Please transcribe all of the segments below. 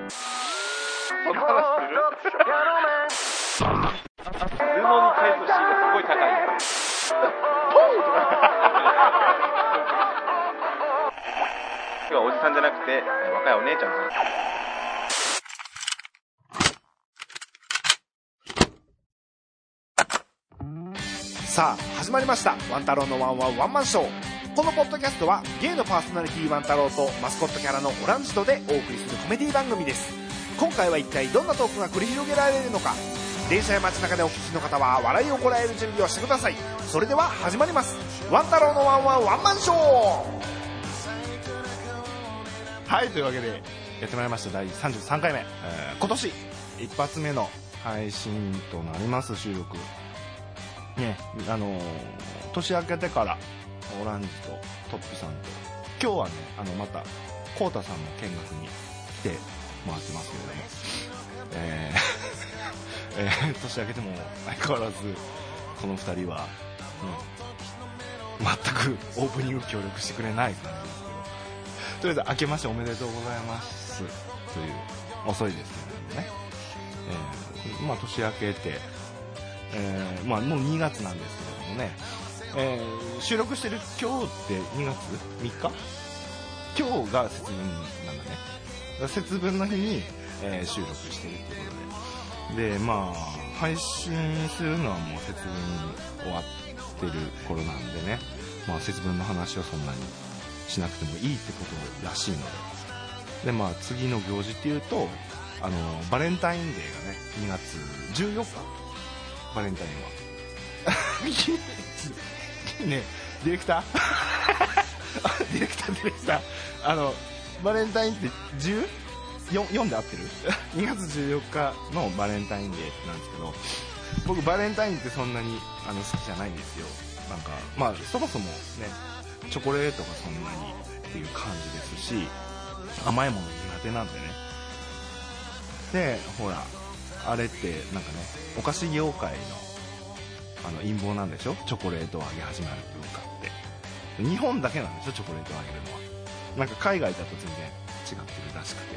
その話する頭脳に対する C がすごい高いんですよ。ポンおじさんじゃなくて、若いお姉ちゃんです。さあ始まりました「ワン太郎のワンワンワンマンショー」このポッドキャストはゲイのパーソナリティワン太郎とマスコットキャラのオランジとでお送りするコメディ番組です今回は一体どんなトークが繰り広げられるのか電車や街中でお聞きの方は笑いをこらえる準備をしてくださいそれでは始まります「ワン太郎のワンワンワンマンショー」はいというわけでやってまいりました第33回目、えー今年一発目の配信となります収録ねあのー年明けてからオランジとトッピさんと今日はねあのまたコウタさんの見学に来てもらってますけれどもえーえー 年明けても相変わらずこの2人は、うん、全くオープニング協力してくれない感じですけどとりあえず明けましておめでとうございますという遅いですけれどもね、えーまあ年明けてえーまあ、もう2月なんですけれどもね、えー収録してる今日って2月3日今日が節分なんだねだから節分の日に、えー収録してるっていうことででまあ配信するのはもう節分終わってる頃なんでね、まあ、節分の話はそんなにしなくてもいいってことらしいのでで、まあ、次の行事っていうとあのバレンタインデーがね2月14日バレンタインは ねえディレクター ディレクターディレクターあのバレンタインって 14? で合ってる2月14日のバレンタインデーなんですけど僕バレンタインってそんなにあの好きじゃないんですよなんかまあそもそもねチョコレートがそんなにっていう感じですし甘いもの苦手なんでねでほらあれってなんかねお菓子業界のあの陰謀なんでしょチョコレートをあげ始める文化って日本だけなんでしょチョコレートをあげるのはなんか海外だと全然違ってるらしくて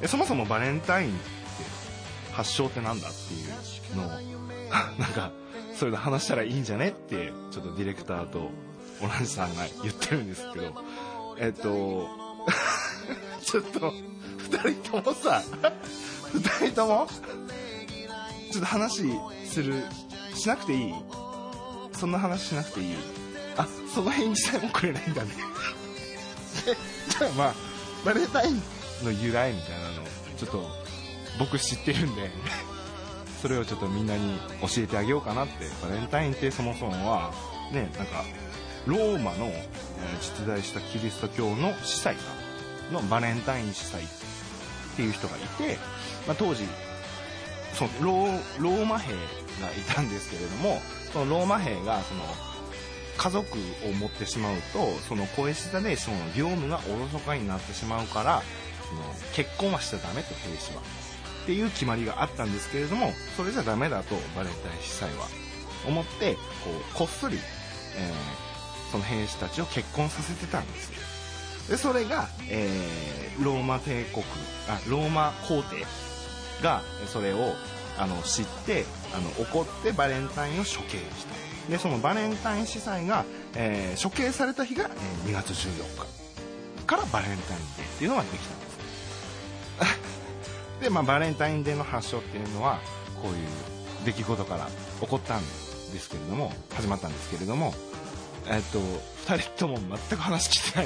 でそもそもバレンタインって発祥ってなんだっていうのを なんかそれで話したらいいんじゃねってちょっとディレクターとオランジさんが言ってるんですけどえっと ちょっと2人ともさ2人ともちょっと話するしなくていいそんな話しなくていいあその返事さえもくれないんだね でじゃあまあバレンタインの由来みたいなのちょっと僕知ってるんでそれをちょっとみんなに教えてあげようかなってバレンタインってそもそもはねなんかローマの、えー実在したキリスト教の司祭さんのバレンタイン司祭っていう人がいて、まあ、当時そのローローマ兵がいたんですけれどもそのローマ兵がその家族を持ってしまうとその恋下でその業務がおろそかになってしまうからその結婚はしちゃダメと兵士はっていう決まりがあったんですけれどもそれじゃダメだとバレンタイン司祭は思ってこうこっそり、えーその兵士たちを結婚させてたんですよでそれが、えーローマ帝国あローマ皇帝がえそれをあの知ってあの怒ってバレンタインを処刑したでそのバレンタイン司祭が、えー処刑された日が、えー2月14日からバレンタインデーっていうのができたんです で、まあ、バレンタインデーの発祥っていうのはこういう出来事から起こったんですけれども始まったんですけれどもえっと2人とも全く話聞いてな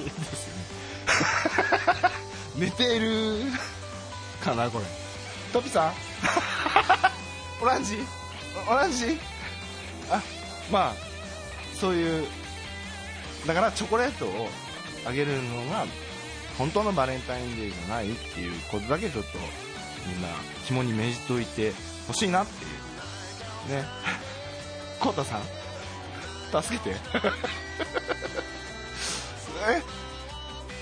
いですよね 寝てるかなこれトピさん オランジオランジあまあそういうだからチョコレートをあげるのが本当のバレンタインデーじゃないっていうことだけちょっとみんな肝に銘じておいてほしいなっていうね コウタさん助けて え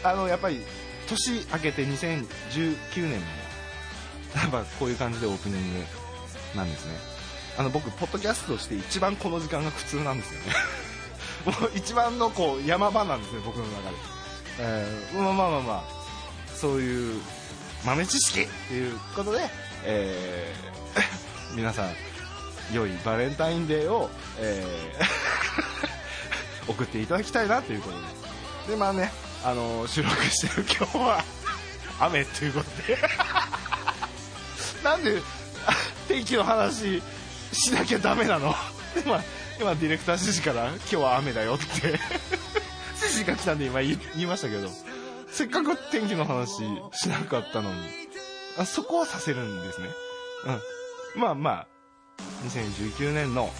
あのやっぱり年明けて2019年もやっぱこういう感じでオープニングなんですねあの僕ポッドキャストとして一番この時間が苦痛なんですよね もう一番のこう山場なんですね僕の中で、えーまあまあまあまあそういう豆知識ということで、えー 皆さん良いバレンタインデーを、えー 送っていただきたいなということですでまあね、あの収録してる今日は雨ということでなんであ天気の話しなきゃダメなの 今今ディレクター指示から今日は雨だよって 指示が来たんで今言い言いましたけどせっかく天気の話しなかったのにあそこはさせるんですねうんまあまあ2019年の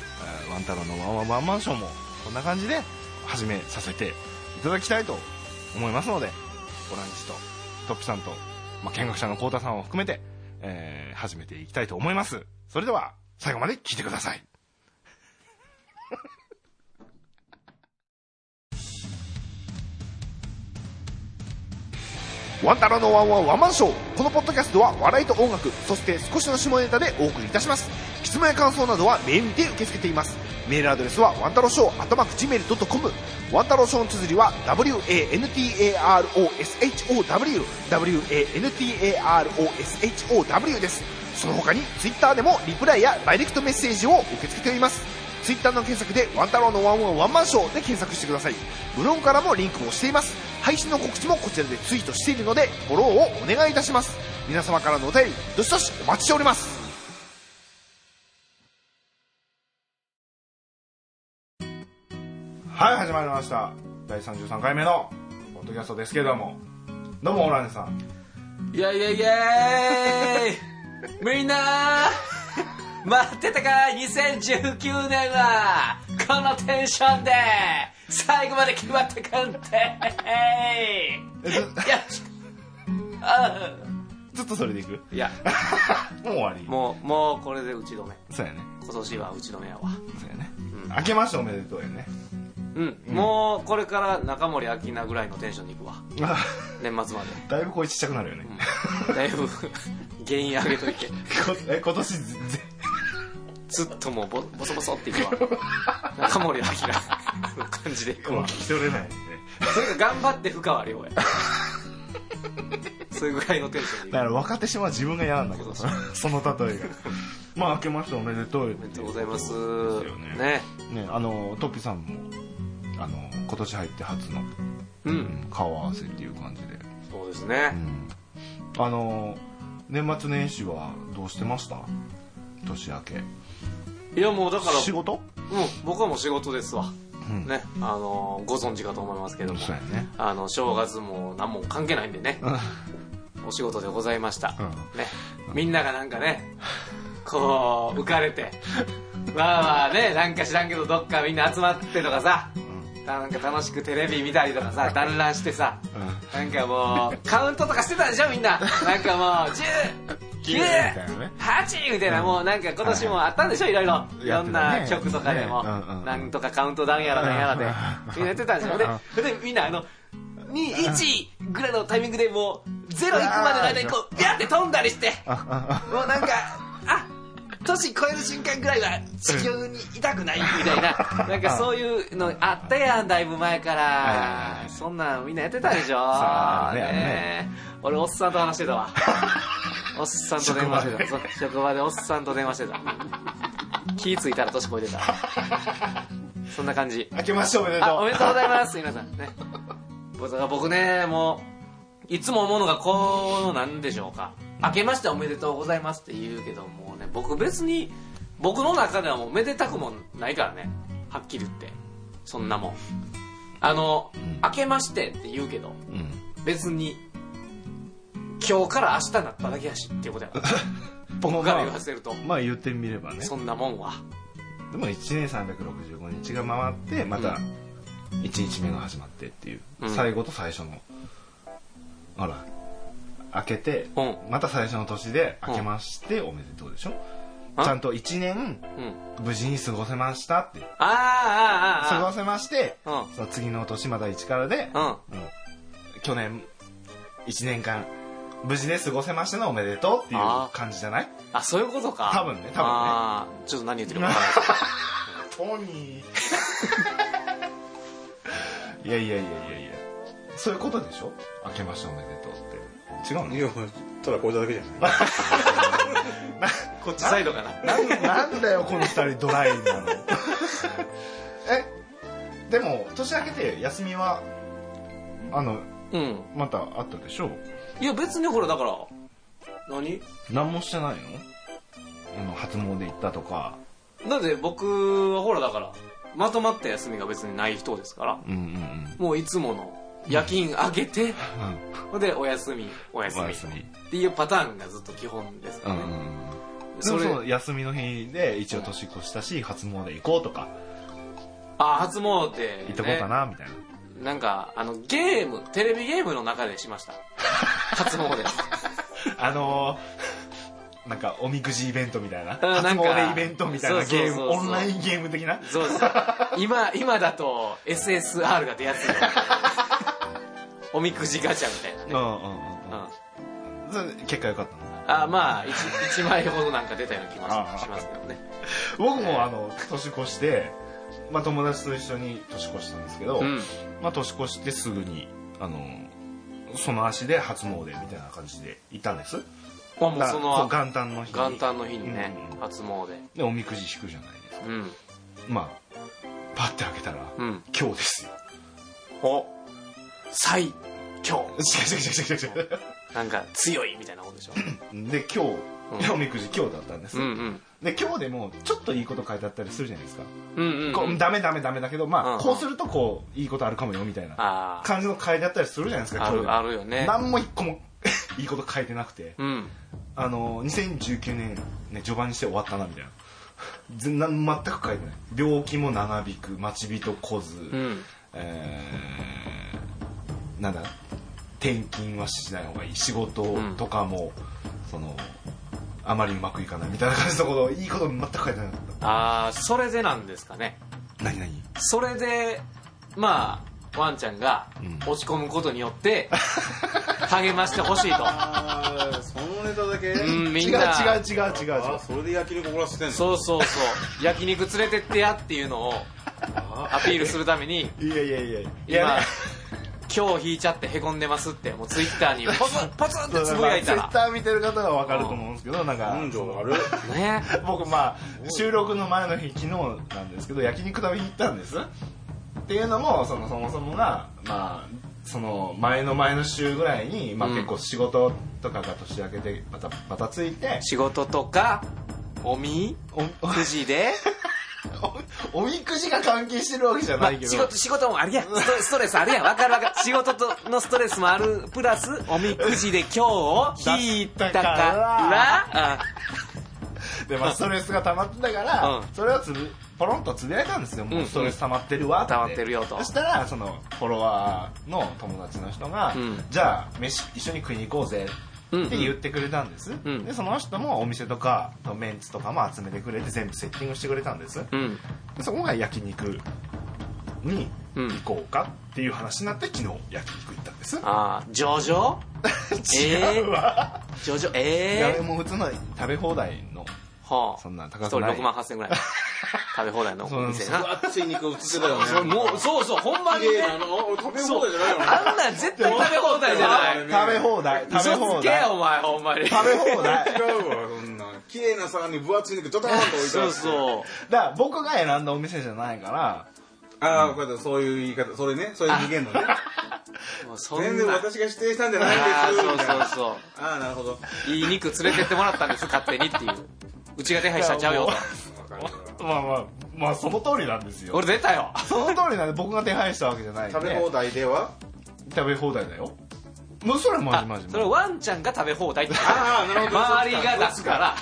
えーワンタロウのワンワンワンマンションもこんな感じで始めさせていただきたいと思いますのでオランジとトップさんと、まあ、見学者のコウタさんを含めて、えー始めていきたいと思いますそれでは最後まで聞いてくださいワンタロウのワンワンワンマンショー。このポッドキャストは笑いと音楽、そして少しの下ネタでお送りいたします。質問や感想などはメールにて受け付けています。メールアドレスはワンタロウショー、頭くじめる .com。ワンタロウショーの綴りは WANTAROSHOW、WANTAROSHOW です。その他にツイッターでもリプライやダイレクトメッセージを受け付けています。ツイッターの検索でワンタロウのワンワンワンマンショーで検索してください。ブログからもリンクをしています。配信の告知もこちらでツイートしているので、フォローをお願いいたします。皆様からのお便り、どしどしお待ちしております。はい始まりました第33回目のポッドキャストですけどもどうもオランジさんイェイイェイイェイみんな待ってたか !2019 年はこのテンションで最後まで決まってくんでえよず しあずっとそれでいくもいや、う終わりもう、もうこれで打ち止め。そうやね今年は打ち止めやわ。そうやね、明けましておめでとうやねうん、もうこれから中森明菜ぐらいのテンションに行くわ。年末ま だいぶ声ちっちゃくなるよね、で。だいぶ原因上げといて。こえ今年ぜぜずっともうボボソボソっていくわ。中森明菜の感じで行く聞わ。き取れないねそれが頑張って負荷は量やそれぐらいのテンションでだいから分かってしまう自分が嫌なんだけどそうその例えがまあ明けましておめでとうよおめでとうございますよねねねあのトッピさんもあの今年入って初のうん顔合わせっていう感じで、そうですね、うん、あの年末年始はどうしてました年明けいやもうだから仕事もう僕はもう仕事ですわ、んねあのーご存知かと思いますけどもそうやねあの正月も何も関係ないんでねお仕事でございました、うんねみんながなんかねこう浮かれてまあまあねなんか知らんけどどっかみんな集まってとかさ、なんか楽しくテレビ見たりとかさ団らんしてさ、なんかもうカウントとかしてたでしょみんななんかもう 10 9みたいなね8みたいな、もうなんか今年もあったんでしょ、いろいろ。いやろってたねんな曲とかでも、ねうんうんなんとかカウントダウンやらなんやらで、みんなやってた んですよ。で、それでみんなあの、2、1ぐらいのタイミングでもう、0行くまでの間にこう、ビャって飛んだりして、もうなんか、あ年超える瞬間ぐらいは地球にいたくないみたい な、なんかそういうのあったやん、だいぶ前かいはいらは。い そんなんみんなやってたでしょ。あねね俺、おっさんと話してた わ。おっさんと電話してたそう職場でおっさんと電話してた気ぃついたら年越えてたそんな感じ明けましておめであおめでとうございます皆さんね僕は僕ねもういつも思うのがこうなんでしょうか明けましておめでとうございますって言うけどもうね僕別に僕の中ではもうめでたくもないからねはっきり言ってそんなもんあの、明けましてって言うけどうん別に今日から明日になっただけやしっていうことやから 僕僕から言わせる と、まあ言ってみればねそんなもんはでも1年365日が回ってまた1日目が始まってっていう、うん最後と最初のほら明けて、うんまた最初の年で明けましておめでとうでしょ、あちゃんと1年うん無事に過ごせましたってああ過ごあああせまして、うんその次の年また1からで、あもう去年1年間無事で過ごせましたのおめでとうっていうあー感じじゃないうんあそういうことか多分ね多分ねああちょっと何言ってるか分からないです トニーいやいやいやいやいやそういうことでしょ明けましておめでとうって違うのいや、ただこうだけじゃない。こっちサイドかななんなんだよこの二人ドライな のえでも年明けて休みはあのうんまたあったでしょいや別にほらだから何何もしてないのあの初詣行ったとかだって僕はほらだからまとまった休みが別にない人ですからうんうんうんもういつもの夜勤あげて、でお休みお休みお休みっていうパターンがずっと基本ですうかんらね、うんうんそそれれそう休みの日で一応年越したし初詣行こうとかあ初詣、ね、行ってこうかなみたいな、なんかあのゲームテレビゲームの中でしました初詣あのー なんかおみくじイベントみたいなうん初なんか詣イベントみたいなゲーそうムそうそうそうオンラインゲーム的なそうです今今だと SSR が出やすいよおみくじガチャみたいなうんね、うんうんうんうんそれ結果良かったのあまあ 1, 枚ほどなんか出たような気もああししますけどね僕もあの年越して、まあ、友達と一緒に年越したんですけど、うんまあ、年越してすぐにあのその足で初詣みたいな感じで行ったんですまあもうだそそうの元旦の日に元旦の日にねうんうん初詣でおみくじ引くじゃないですかうんまあパッて開けたら、うん今日ですよお最強違う違う違う違う違なんか強いみたいなことで しょうで今うん日でおみくじ今日だったんです、うんうんで今日でもちょっといいこと書いてあったりするじゃないですか、うんうんこううんダメダメダメだけどまあ、うんこうするとこういいことあるかもよみたいなああ感じの書いてあったりするじゃないですかあ今日でるもあるよね何も一個も いいこと書いてなくて、うんあの2019年、ね、序盤にして終わったなみたいな全然全く書いてない病気も長引く待ち人来ず、うんえーなんだ転勤はしない方がいい仕事とかも、そのあまりうまくいかないみたいな感じのこといいこと全く書いてなかっああそれでなんですかねた何何それでまあワンちゃんがうん落ち込むことによって励ましてほしい とあーそのネタだけうんみ違うん違うな違う違う違あーうそれで焼き肉怒らせてんのそうそうそう焼肉連れてってやっていうのをアピールするためにいやいやいやい今ね今日引いちゃってへこんでますってもうツイッターにポツンポツン ってつぶやいたまあらツイッター見てる方がわかると思うんですけど、なんか、根性悪いね 僕まあ収録の前の日昨日なんですけど焼肉食べに行ったんですっていうのもそのそもそもがまあその前の前の週ぐらいに、まあ、うん結構仕事とかが年明けてバタバタついて、仕事とかおみおくじで、おお みくじが関係してるわけじゃまなあいけ、ど、仕事仕事もあるやんストレストレスあるやんわかる わかる仕事とのストレスもあるプラスおみくじで今日を引いたからあで、まあ、ストレスが溜まってたから、うんそれをつぶポロンとつぶやいたんですよ、もううんストレス溜まってるわって溜まってるよとそしたらそのフォロワーの友達の人が、うんじゃあ飯一緒に食いに行こうぜって言ってくれたんです、うんでその人もお店とかメンツとかも集めてくれて全部セッティングしてくれたんですうんでそこが焼肉にうん行こうかっていう話になって昨日焼肉行ったんですあージョジョ 違うわ、ジョジョいやええもう普通の食べ放題のはあそんな一高人くない6万8000円ぐらい食べ放題のお店な熱い肉映ってたよねそれもうそうそうほんまにいねやあの俺食べ放題じゃないよねあんなん絶対食べ放題じゃない食べ放題食べ嘘放つけ題お前ほんまに食べ放題違うわそんな綺麗な皿に分厚い肉ドターンと置いてあそるうそうだから僕が選んだお店じゃないからああこうやってそういう言い方それねそういう逃げんのねもうそんな全然私が指定したんじゃないあですーそうそううああなるほどわそういい肉連れてってもらったんです勝手にっていううちが手配したんちゃうよとかるわまあまあまあその通りなんですよ俺出たよその通りなんで僕が手配したわけじゃないんで食べ放題では食べ放題だよもうそれはマジマジあそれワンちゃんが食べ放題ってあーなるほど周りが出すから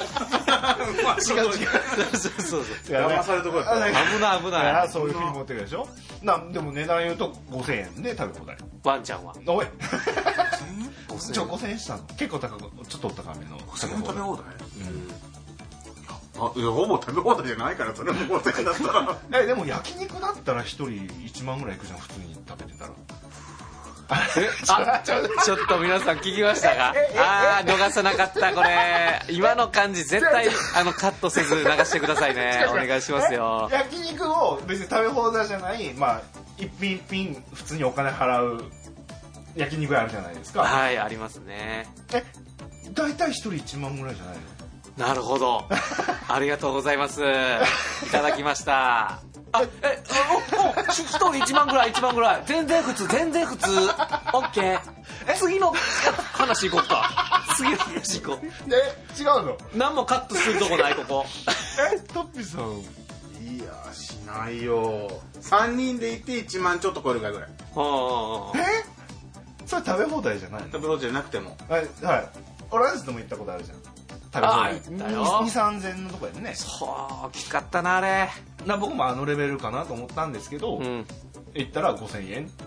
違うそ違ううそうそう違うね騙されるとこやったあなんか危ない危だかならいそういうふうに持ってくるでしょなんでも値段言うと5000円で食べ放題ワンちゃんはお い5000円ちょ5000円したの結構高くちょっとお高めの食べ放題放題あいやほぼ食べ放題じゃないからそれも放題だったらえでも焼肉だったら1人1万ぐらいいくじゃん普通に食べてたらえあちょちょっと皆さん聞きましたかああー逃さなかったこれ今の感じ絶対あのカットせず流してくださいねお願いしますよえ焼肉を別に食べ放題じゃないまあ一品一品普通にお金払う焼肉屋あるじゃないですかはいありますねえ大体一人1万ぐらいじゃないのなるほ どありがとうございますいただきましたあえおおし一人1万ぐらい1万ぐらい全然普通全然普通 OK 次の 話行こうか次の話行こうえ違うの何もカットするとこないここえトッピーさんいやーしないよ3人でいて1万ちょっと超えるかぐらいうんうんうんえそれ食べ放題じゃないの食べ放題じゃなくてもはいはいオランジでも行ったことあるじゃん食べ放あ題行ったよ23000円のとこやねはあ大きかったなあれな僕もあのレベルかなと思ったんですけど、うん行ったら5000円って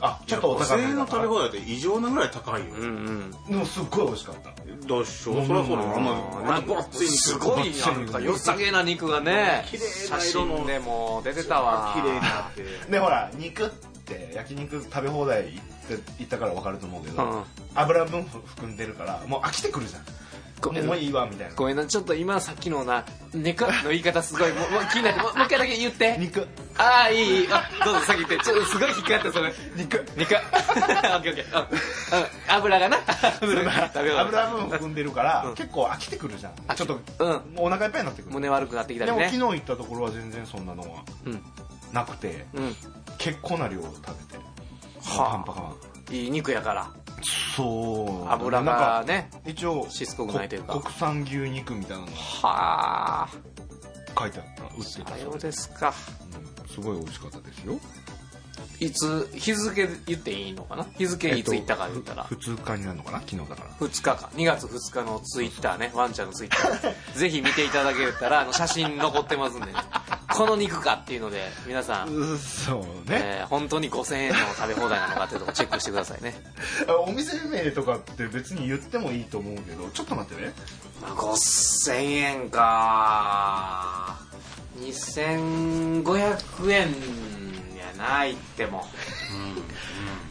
あちょっとお高いめや5000だ円のか食らべ放題って異常なぐらい高いよ、うんうんでもすっごい美味しかったどうしようそりゃそうだよあんなあんなごっつい肉すごいなんか良さげな肉がね綺麗写な色の真でも出てたわ綺麗になってでほら肉って焼肉食べ放題行って行ったから分かると思うけど、うん油分含んでるからもう飽きてくるじゃんごめんもういいわみたいなごめんなちょっと今さっきのな「肉」 の言い方すごいもうもう気になってもうもう一回だけ言って肉ああいいいいあどうぞ先言ってちょっとすごい引っかかったそれ肉肉 オッケーオッケーうんうん油がな油が 食べよう油分含んでるから、うん結構飽きてくるじゃんあちょっと、うんお腹いっぱいになってくる胸悪くなってきたでりもね昨日行ったところは全然そんなのはうんなくてうん結構な量を食べてはあパンパカパンいい肉やからそう油がねなんか一応しつこくないというかこ国産牛肉みたいなのがはあ書いてあった売ってたさようですかうんすごい美味しかったですよいつ日付言っていいのかな日付いつ行ったか言ったら、ふ普通科になるのかな昨日だから2日か2月2日のツイッターねワンちゃんのツイッタ ーぜひ見ていただけたらあの写真残ってますんでねこの肉かっていうので皆さん、うそうね、えー本当に5000円の食べ放題なのかっていうとこチェックしてくださいねあお店名とかって別に言ってもいいと思うけどちょっと待ってね5000円か2500円やないっても、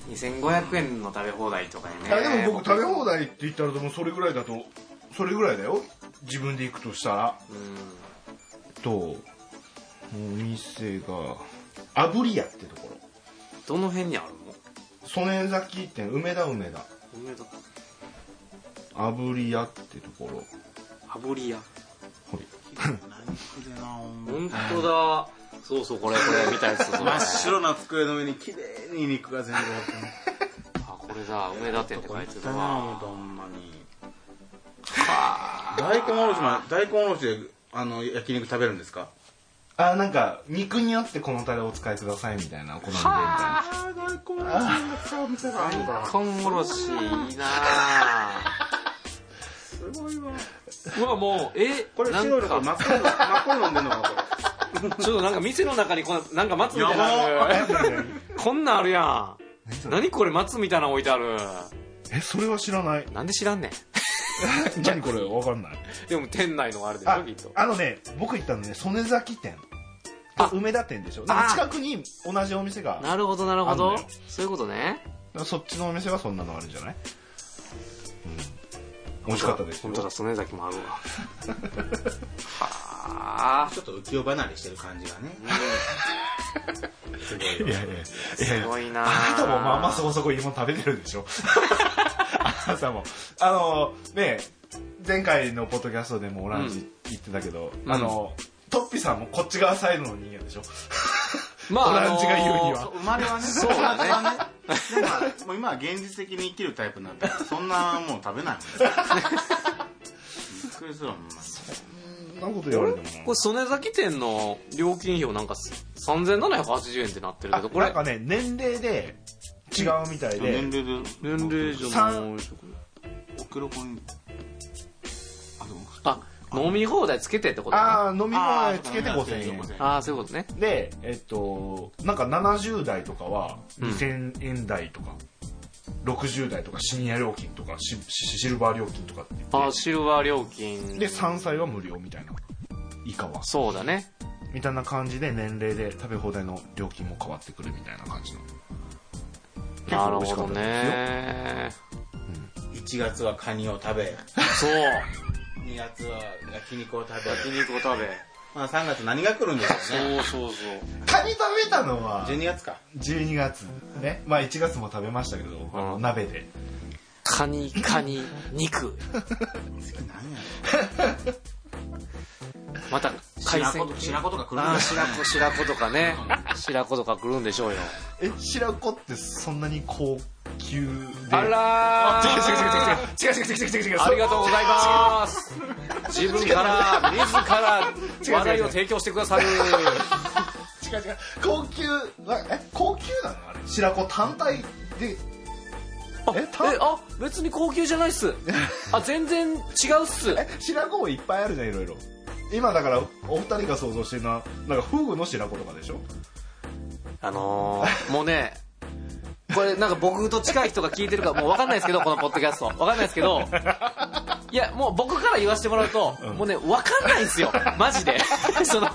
2500円の食べ放題とかあやねでも僕食べ放題って言ったらでもそれぐらいだとそれぐらいだよ自分で行くとしたらうんとお店が炙り屋ってところどの辺にある曽根崎店梅田梅田の梅田炙り屋ってところ炙り屋ほい本当だそうそうこれこれ見たやつそう真っ白な机の上に綺麗に肉が全部入ってるあこれだ梅田店って書いてるだなわもうほんまに大根おろしま大根おろしであの焼肉食べるんですかあなんか肉によってこのタレをお使いくださいみたいなお好みでみたいなあー大根おろしのさ店があるんだコンおろしいいなあすごいわうわもうえこれな白いんのこれか真っ黒いの真っ黒いの飲んでんのかこれちょっとなんか店の中にこんなんか松みたいなのあるこんなんあるやん何これ松みたいなの置いてあるえそれは知らないなんで知らんねん何これわかんないでも店内のあれでしょあきっとあのね僕行ったのね曽根崎店あ梅田店でしょあ近くに同じお店がなるほどなるほあどんのよそういうことねそっちのお店はそんなのあるんじゃない、うん、美味しかったですよ本当だ曽根崎もあ るわはあちょっと浮世離れしてる感じがねすごいいやいやいやいすやごいなあなたもまあまあそごこそこいいもん食べてるでし ょあなたもあのね前回のポッドキャストでもオランジ言ってたけど、うんあのトッピさんもこっち側サイドの人間でしょまオランジが言うには生まれはねそうだね生まれはねでももう今は現実的に生きるタイプなんで そんなもう食べないもんびっくりするわほんまそんなこと言われてもこれ曽根崎店の料金表なんか3780円ってなってるけどこなんれかね年齢で違うみたいで、年齢で年齢じゃない三お黒子にあでもあ飲み放題つけてってことかああ飲みあ物ーつけてそうか5000円5000なあーそういうことねでえっとなんか70代とかはうん2000円台とか、60代とかシニア料金とかシシシルバー料金とかって言ってあーシルバー料金で3歳は無料みたいな以下はそうだねみたいな感じで年齢で食べ放題の料金も変わってくるみたいな感じの結な構る美味しかほっどたですよ、ね1月はカニを食べそう2月は焼肉を食べ焼肉を食べまあ3月何が来るんでしょうね。そうそうそうカニ食べたのは12月か。 12月ねまあ1月も食べましたけど、あの鍋でカニカニ 肉また海鮮白子とか来るんあだあ白子白子とかね白子とか来るんでしょうよえ白子ってそんなに高級であらー違う違う違う違う違う違う違う違う違うありがとうござい ます自分から自ら話題を提供してくださる違う違う高級なえ高級なのあれ白子単体であえた えあ別に高級じゃないっすあ全然違うっすえ白子もいっぱいあるじゃんいろいろ今だからお二人が想像してるのはなんかフグの白子とかでしょあのー、もうね、これなんか僕と近い人が聞いてるからもうわかんないですけど、このポッドキャスト。わかんないですけど、いや、もう僕から言わせてもらうと、もうね、わかんないんですよ。マジ で。その、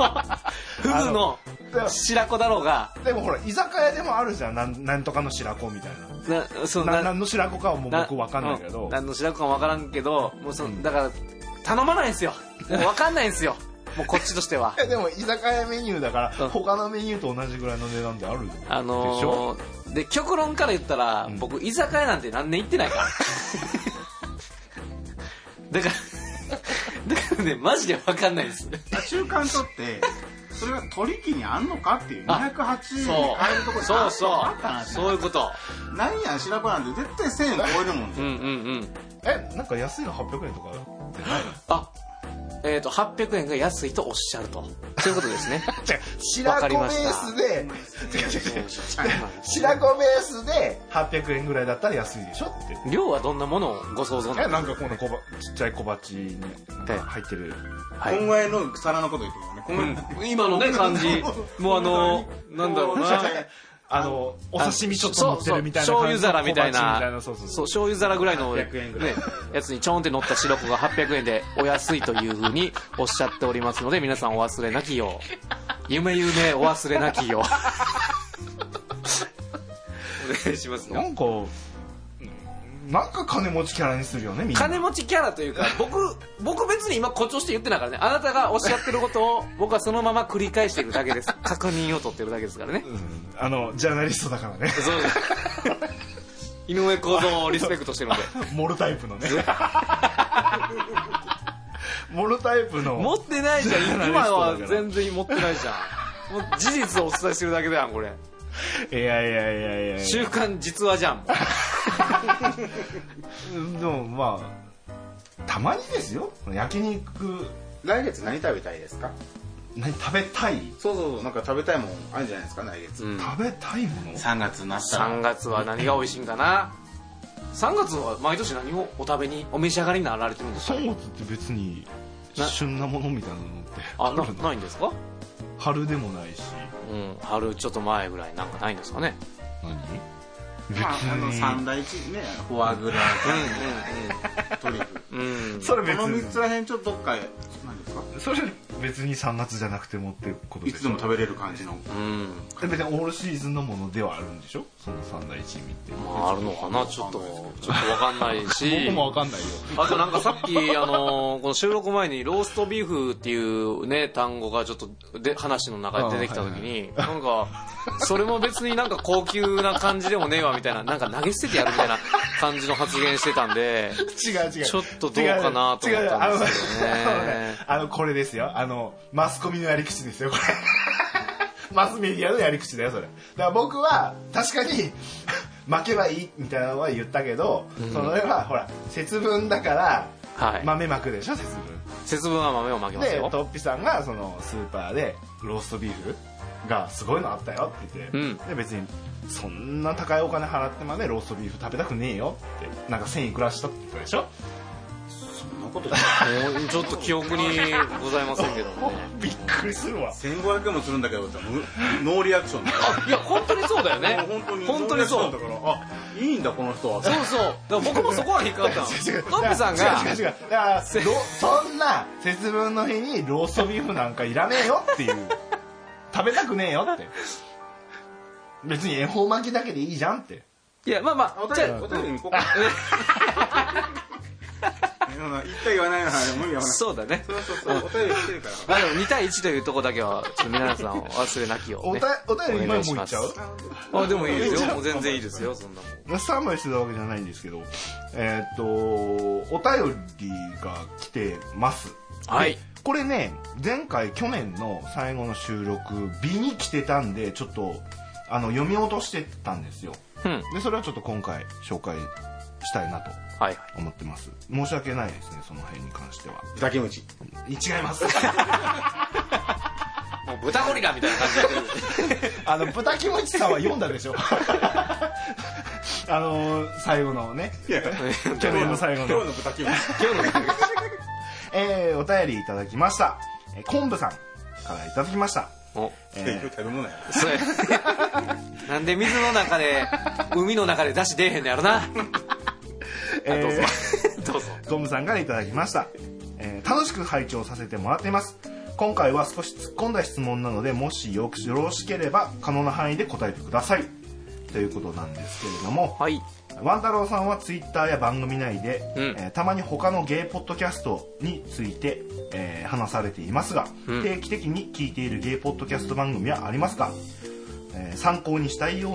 フグのでも白子だろうが、でもほら居酒屋でもあるじゃんなんなんとかの白子みたいなな、そなの、何の白子かはもうな僕わかんないけどう何の白子かわからんけど、もうその、だから、頼まないんですよ。もうわかんないんですよ。もうこっちとし ては。えでも居酒屋メニューだからうん他のメニューと同じぐらいの値段であるよあでしょのー、で、極論から言ったら、ん僕、居酒屋なんて何年行ってないから。 だから、だからね、マジでわかんないです。中間取ってそれが取り引きにあんのかっていうあ280円そで買えるとこう。ろそうそあったなう。そういうこと。何や白子なんて絶対1000円超えるもんうんうんうん。えなんか安いの800円とかあ、えっ、と、800円が安いとおっしゃると。そういうことです ね。白わか子りベまーしたスで白白子ベースで800円ぐらいだったら安いでしょって量はどんなものをご想像なえのなんかこの小ばちっちゃい小鉢にえ入ってるはこんい。ぐらいの皿のこと言ってるよねこんぐらい今のね、感じ。もうあのー、なんだろうな。あのお刺身ちょっと乗ってるみたいなそうそ感う醤油じの皿みたい小鉢なそうそうそそうう醤油皿ぐらいの、ね800円ぐらい、やつにちょんって乗った白子が800円でお安いというふうにおっしゃっておりますので皆さんお忘れなきよう夢夢お忘れなきようお願いしますよなんかなんか金持ちキャラにするよねみんな金持ちキャラという か僕僕別に今誇張して言ってないからねあなたがおっしゃってることを僕はそのまま繰り返してるだけ です確認を取ってるだけですからねうんあのジャーナリストだから ねそうです井上公造をリスペクトしてるのでモルタイプのねモルタイプの 持ってないじゃん知らない人だ今からは全然持ってないじゃんもう事実をお伝えしてるだけだよこれいやいやいやいやいや週刊実話じゃんもうでもまあたまにですよ焼肉来月何食べたいですか何食べたいそうそうそう、なんか食べたいもんあるんじゃないですか、来月。食べたいもの3月になった3ら。月は何が美味しいんかな3月は毎年何をお食べにお召し上がりになられてるんですか3月って別にな旬なものみたいなのってあなるのないんですか春でもないしうん春ちょっと前ぐらいなんかないんですかね何まああの三大地ねフォアグラ トリュフうんうんそれ別この3につらへんちょっとどっかへ何ですかそれ別に3月じゃなくてもってこといでつでも食べれる感じのうん別にオールシーズンのものではあるんでしょその三大一味ってまああるのかなちょっとちょっとわかんないし僕もわかんないよあとなんかさっき、あのーこの収録前にローストビーフっていうね、単語がちょっとで話の中で出てきた時に、なんか、それも別になんか高級な感じでもねえわみたいな、なんか投げ捨ててやるみたいな感じの発言してたんで、違う違うちょっとどうかなと思ったんですけどね違う違うあのあのこれですよあのマスコミのやり口ですよこれ マスメディアのやり口だよそれだから僕は確かに 負けばいいみたいなのは言ったけど、それはほら節分だからはい。豆まくでしょ節節分は豆をまけ分ますでよ。トッピさんがそのスーパーでローストビーフがすごいのあったよって言って、うんで別にそんな高いお金払ってまでローストビーフ食べたくねえよってなんか1000いくらしたって言ったでしょそんなこと ないもうちょっと記憶にございませんけどもね。びっくりするわ1500円もするんだけどってむノーリア クションだあ、いや、本当にそうだよね。本当に本当にそう。だからあいいんだこの人はそうそう。だから僕もそこは引っかかったの。 トップさんが、違う違う違うだからロそんな節分の日にローストビーフなんかいらねえよっていう食べたくねえよって別に恵方巻きだけでいいじゃんっていや、まあまおあ、じゃあ便りお便りに行こうかその言った言わないのは無理やわなそうだねそうそうそうお便り来てるからまあでも2対1というとこだけはちょっと皆さんお忘れなきよう、おね、たお便り今お願もいしういまっすちゃうあでもいいですよもう全然いいですよそんなもんスタンバイしてたわけじゃないんですけど、えーっと、お便りが来てます。はいで。これね、前回、去年の最後の収録、日に来てたんで、ちょっと、あの、読み落としてたんですよ。うんで、それはちょっと今回、紹介したいなとはい思ってます。申し訳ないですね、その辺に関しては。豚キムチ違います。 もう豚ゴリラみたいな感じであの、豚キムチさんは読んだでしょ あの、最後のね、去年の最後の。今日の豚キムチ えー、お便りいただきました。えー昆布さんからいただきました。 お結え局食べ物やそれ なんで水の中で海の中で出汁出えへんのやろなーえーどうぞどうぞ昆布さんからいただきました。えー楽しく拝聴させてもらっています。今回は少し突っ込んだ質問なので、もしよよろしければ可能な範囲で答えてください。ということなんですけれども、はいワンタロウさんはツイッターや番組内で、うんえーたまに他のゲイポッドキャストについて、えー話されていますが、うん定期的に聞いているゲイポッドキャスト番組はありますか、えー参考にしたいよ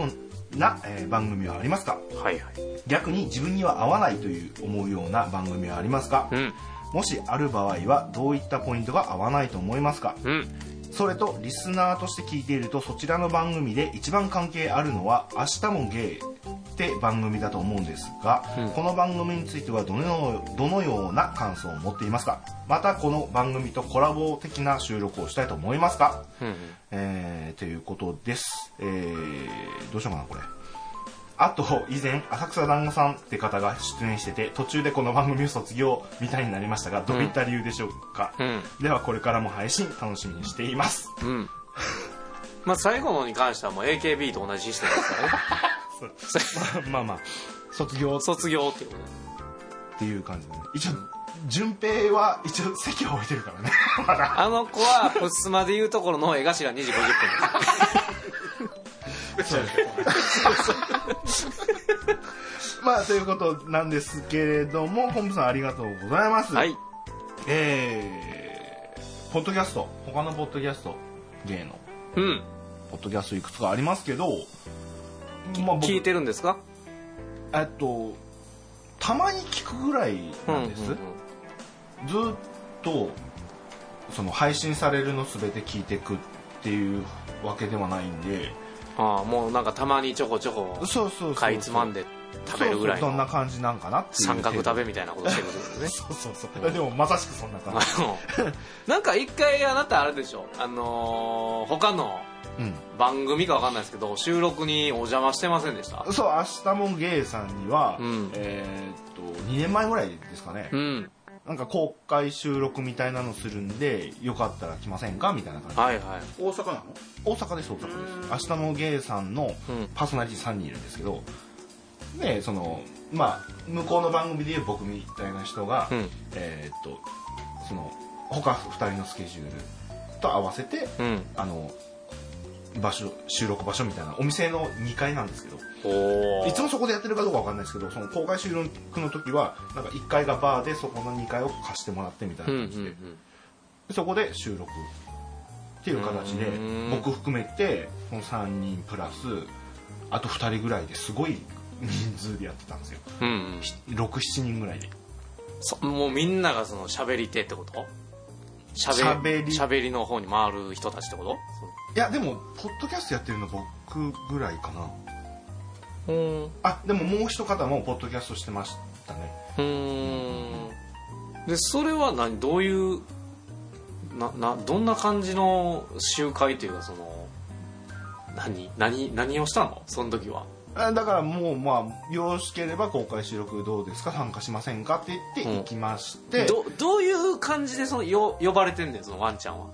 うな、えー番組はありますかはいはい逆に自分には合わないという思うような番組はありますか、うんもしある場合はどういったポイントが合わないと思いますかうんそれとリスナーとして聞いているとそちらの番組で一番関係あるのは「明日もゲイ」って番組だと思うんですが、この番組についてはどのようどのような感想を持っていますかまたこの番組とコラボ的な収録をしたいと思いますか、うんうんえーということです、えーどうしようかなこれあと以前浅草団子さんって方が出演してて途中でこの番組を卒業みたいになりましたがどういった理由でしょうか、うんではこれからも配信楽しみにしてい ますうんまあ最後のに関してはもう AKB と同じシステムですからねまあまあ卒業卒業っていうことでっていう感じでね一応順平は一応席は置いてるからね まだあの子はプスマでいうところの江頭2時50分ですまあということなんですけれども本部さんありがとうございます、はいえー、ポッドキャスト他のポッドキャスト芸のうんポッドキャストいくつかありますけど、まあ、僕聞いてるんですかえっとたまに聞くぐらいなんです、ずっとその配信されるの全て聞いてくっていうわけではないんでああもうなんかたまにちょこちょそこうそうそうそうかいつまんで食べるぐらいそうそうどんなの感じなんかなっていう三角食べみたたいなことしてるんですねそうそうそうでもまさしくそんな感あじのなんか一回あなたあれでしょあのー他のうん番組かわかんないですけど収録にお邪魔してませんでしたそう明日もゲイさんには、うんえーっと2年前ぐらいですかね、うんなんか公開収録みたいなのするんでよかったら来ませんかみたいな感じはいはい大阪なの大阪です大阪です明日もゲイさんのうんパーソナリティ3人いるんですけどでそのまあ向こうの番組でいう僕みたいな人が、うんえーっとその他2人のスケジュールと合わせて、うんあの場所収録場所みたいなお店の2階なんですけどおーいつもそこでやってるかどうかわかんないですけどその公開収録の時はなんか1階がバーでそこの2階を貸してもらってみたいうんなうん感じで、でそこで収録っていう形でうん僕含めてこの3人プラスあと2人ぐらいですごい人数でやってたんですようんうん67人ぐらいでそもうみんながその喋り手ってこと喋り喋りの方に回る人たちってこといやでもポッドキャストやってるの僕ぐらいかなうんあでももう一方もポッドキャストしてましたねうんでそれは何どういうななどんな感じの集会というかその何何何をしたのその時はあだからもうまあよろしければ公開収録どうですか参加しませんかって言って行きまして、どどういう感じでそのよ呼ばれてんねんそのワンちゃんは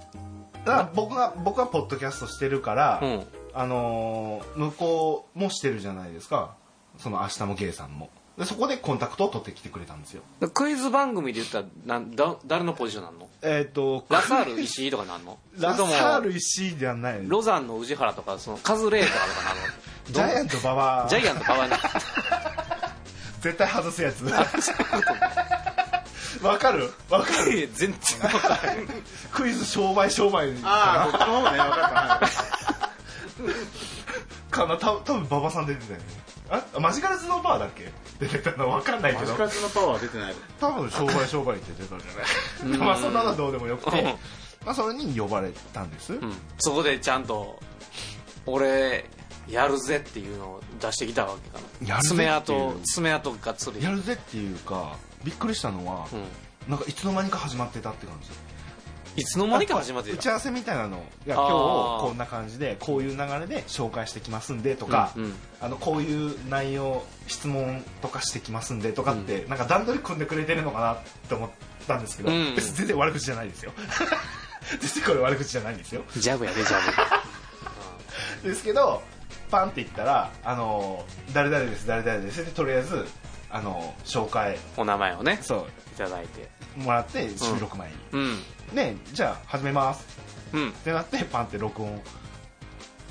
だから僕が僕はポッドキャストしてるから、うんあのー向こうもしてるじゃないですかその明日もゲイさんもでそこでコンタクトを取ってきてくれたんですよでクイズ番組で言ったらなんだ誰のポジションなんのえっ、とラサール石井とかなんのラサーそれル石井じゃないともロザンの宇治原とかそのカズレーザーとかなのジャイアント馬場ジャイ アント変わらない絶対外すやつわかるわかるいや全然わかんないクイズ商売商売ああ、こっちの方ね、分かっかなた多分馬場さん出てたよねあマジカルズのバーだっけ出てたのわかんないた。けマどジカツのパワーは出てない。多分商売商売って出たんじゃない まあそんなのはどうでもよくて、まあ、それに呼ばれたんです、うんそこでちゃんと俺やるぜっていうのを出してきたわけかやなるぜっていう爪痕爪痕がっつりやるぜっていうかびっくりしたのは、うんなんかいつの間にか始まってたって感じいつの間にか始まって打たち合わせみたいなのいやあ今ー日こんな感じでこういう流れで紹介してきますんでとか、うんうんあのこういう内容質問とかしてきますんでとかって、なんか段取り組んでくれてるのかなって思ったんですけど、うんうん別に全然悪口じゃないですよ 全然これ悪口じゃないんですよジャブやでジャですけどパンって言ったら「あの誰々です誰々です」でとりあえずあの紹介ブお名前を ねそいただいてうもらって収録前に、うんねじゃあ始めますうんってなってパンって録音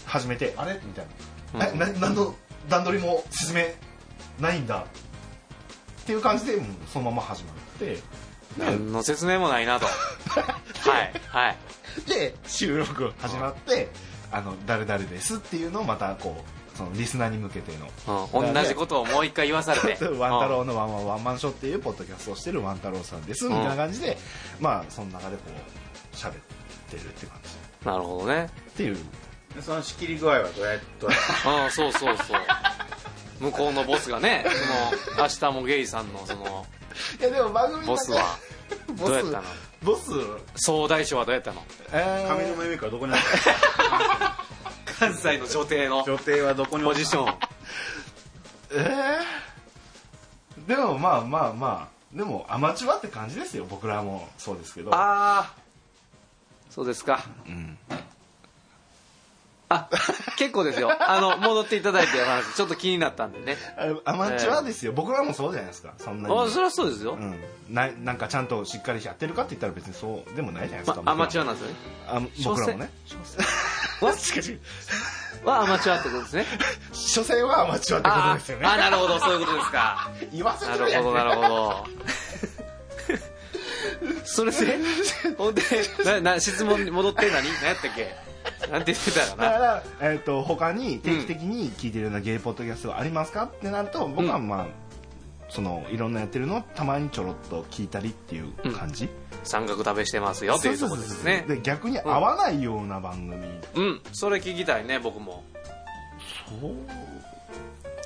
始めてあれみたいな,、うえんな何の段取りも進めないんだっていう感じでもうそのまま始まって何の説明もない なとはいはいで収録始まって「あの誰々です」っていうのをまたこうそのリスナーに向けてのうん同じことをもう一回言わされてワン太郎のワンワンワンマンショーっていうポッドキャストをしてるワン太郎さんですみたいな感じで、まあその中でこう喋ってるって感じうんなるほどねっていうその仕切り具合はどうやって、どうやってうんそうそうそう向こうのボスがねその明日もゲイさんのそのいやでも番組のボスは ボどうやったのボス総大将はどうやったのえー上沼恵美子はどこにある関西の女帝の女帝はどこにポジションえーでもまあまあまあでもアマチュアって感じですよ僕らもそうですけどああそうですかあ結構ですよあの戻っていただいてお話ちょっと気になったんでねあアマチュアですよ、僕らもそうじゃないですかそんなにあそれはそうですよ、うん、ななんかちゃんとしっかりやってるかって言ったら別にそうでもないじゃないですか、まあアマチュアななんですよね僕らもねわしか しはアマチュアってことですね所詮はアマチュアってことあですよーあーねなるほどそういうことですか言わせなてるやほどなるほど それでほんでなな質問に戻って何何やったっけなんて言ってたかだかなら、えー、と他に定期的に聞いてるようなゲイポッドキャストはありますかってなると僕はまあ、そのいろんなやってるのをたまにちょろっと聞いたりっていう感じ、三角食べしてますよっていうところですねで逆に合わないような番組、うんそれ聞きたいね僕もそう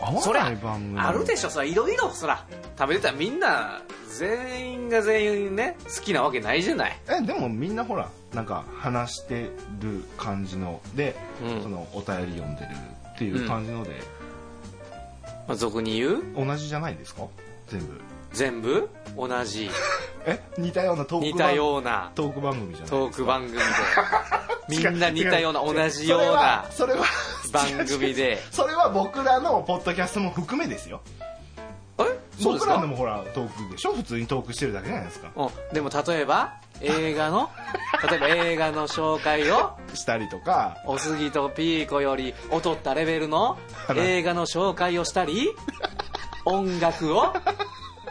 合わない番組あるでしょそらいろいろそら食べてたらみんな全員が全員ね好きなわけないじゃないえでもみんなほらなんか話してる感じので、うんそのお便り読んでるっていう感じので、まあ俗に言う同じじゃないですか全部全部同 じえ似たようなトーク似番たようなトーク番組じゃないトーク番組で みんな似たような違同じようなそれは番組で それは僕らのポッドキャストも含めですよあれそうで僕すらのかもほらトークでしょ普通にトークしてるだけじゃないですかうんでも例えば映画 の例えば映画の紹介をしたりとかおすぎとピーコより劣ったレベルのあら映画の紹介をしたり音楽を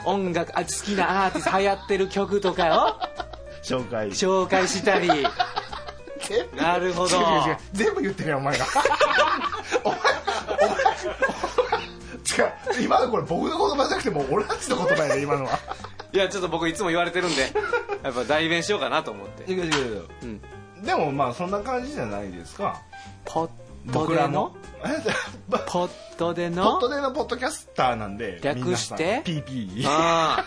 音楽あ好きなアーティスト流行ってる曲とかを紹介紹介したりなるほど違う違う違う全部言ってるよお前 がお前お前違う今のこれ僕の言葉じゃなくてもう俺たちの言葉やね今のはいやちょっと僕いつも言われてるんでやっぱ代弁しようかなと思って違う違う違う、うんでもまあそんな感じじゃないですかポット僕でらののえポッポットでポッのトでのポッドキャスターなんで略して皆さん PP あ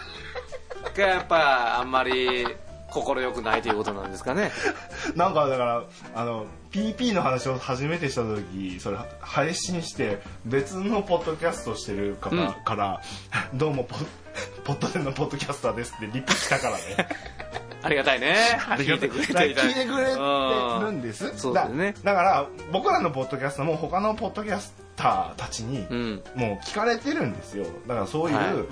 あがやっぱあんまり快くないということなんですかね なんかだからあの PP の話を初めてした時それ配信して別のポッドキャストしてる方うんから 「どうもポッポッドでのポッドキャスターです」ってリプ来たからねありがたいね 聞いてくれていた聞いてくれてるんでですそうだよねだだから僕らのポッドキャストも他のポッドキャスターたちにうんもう聞かれてるんですよだからそういう、はい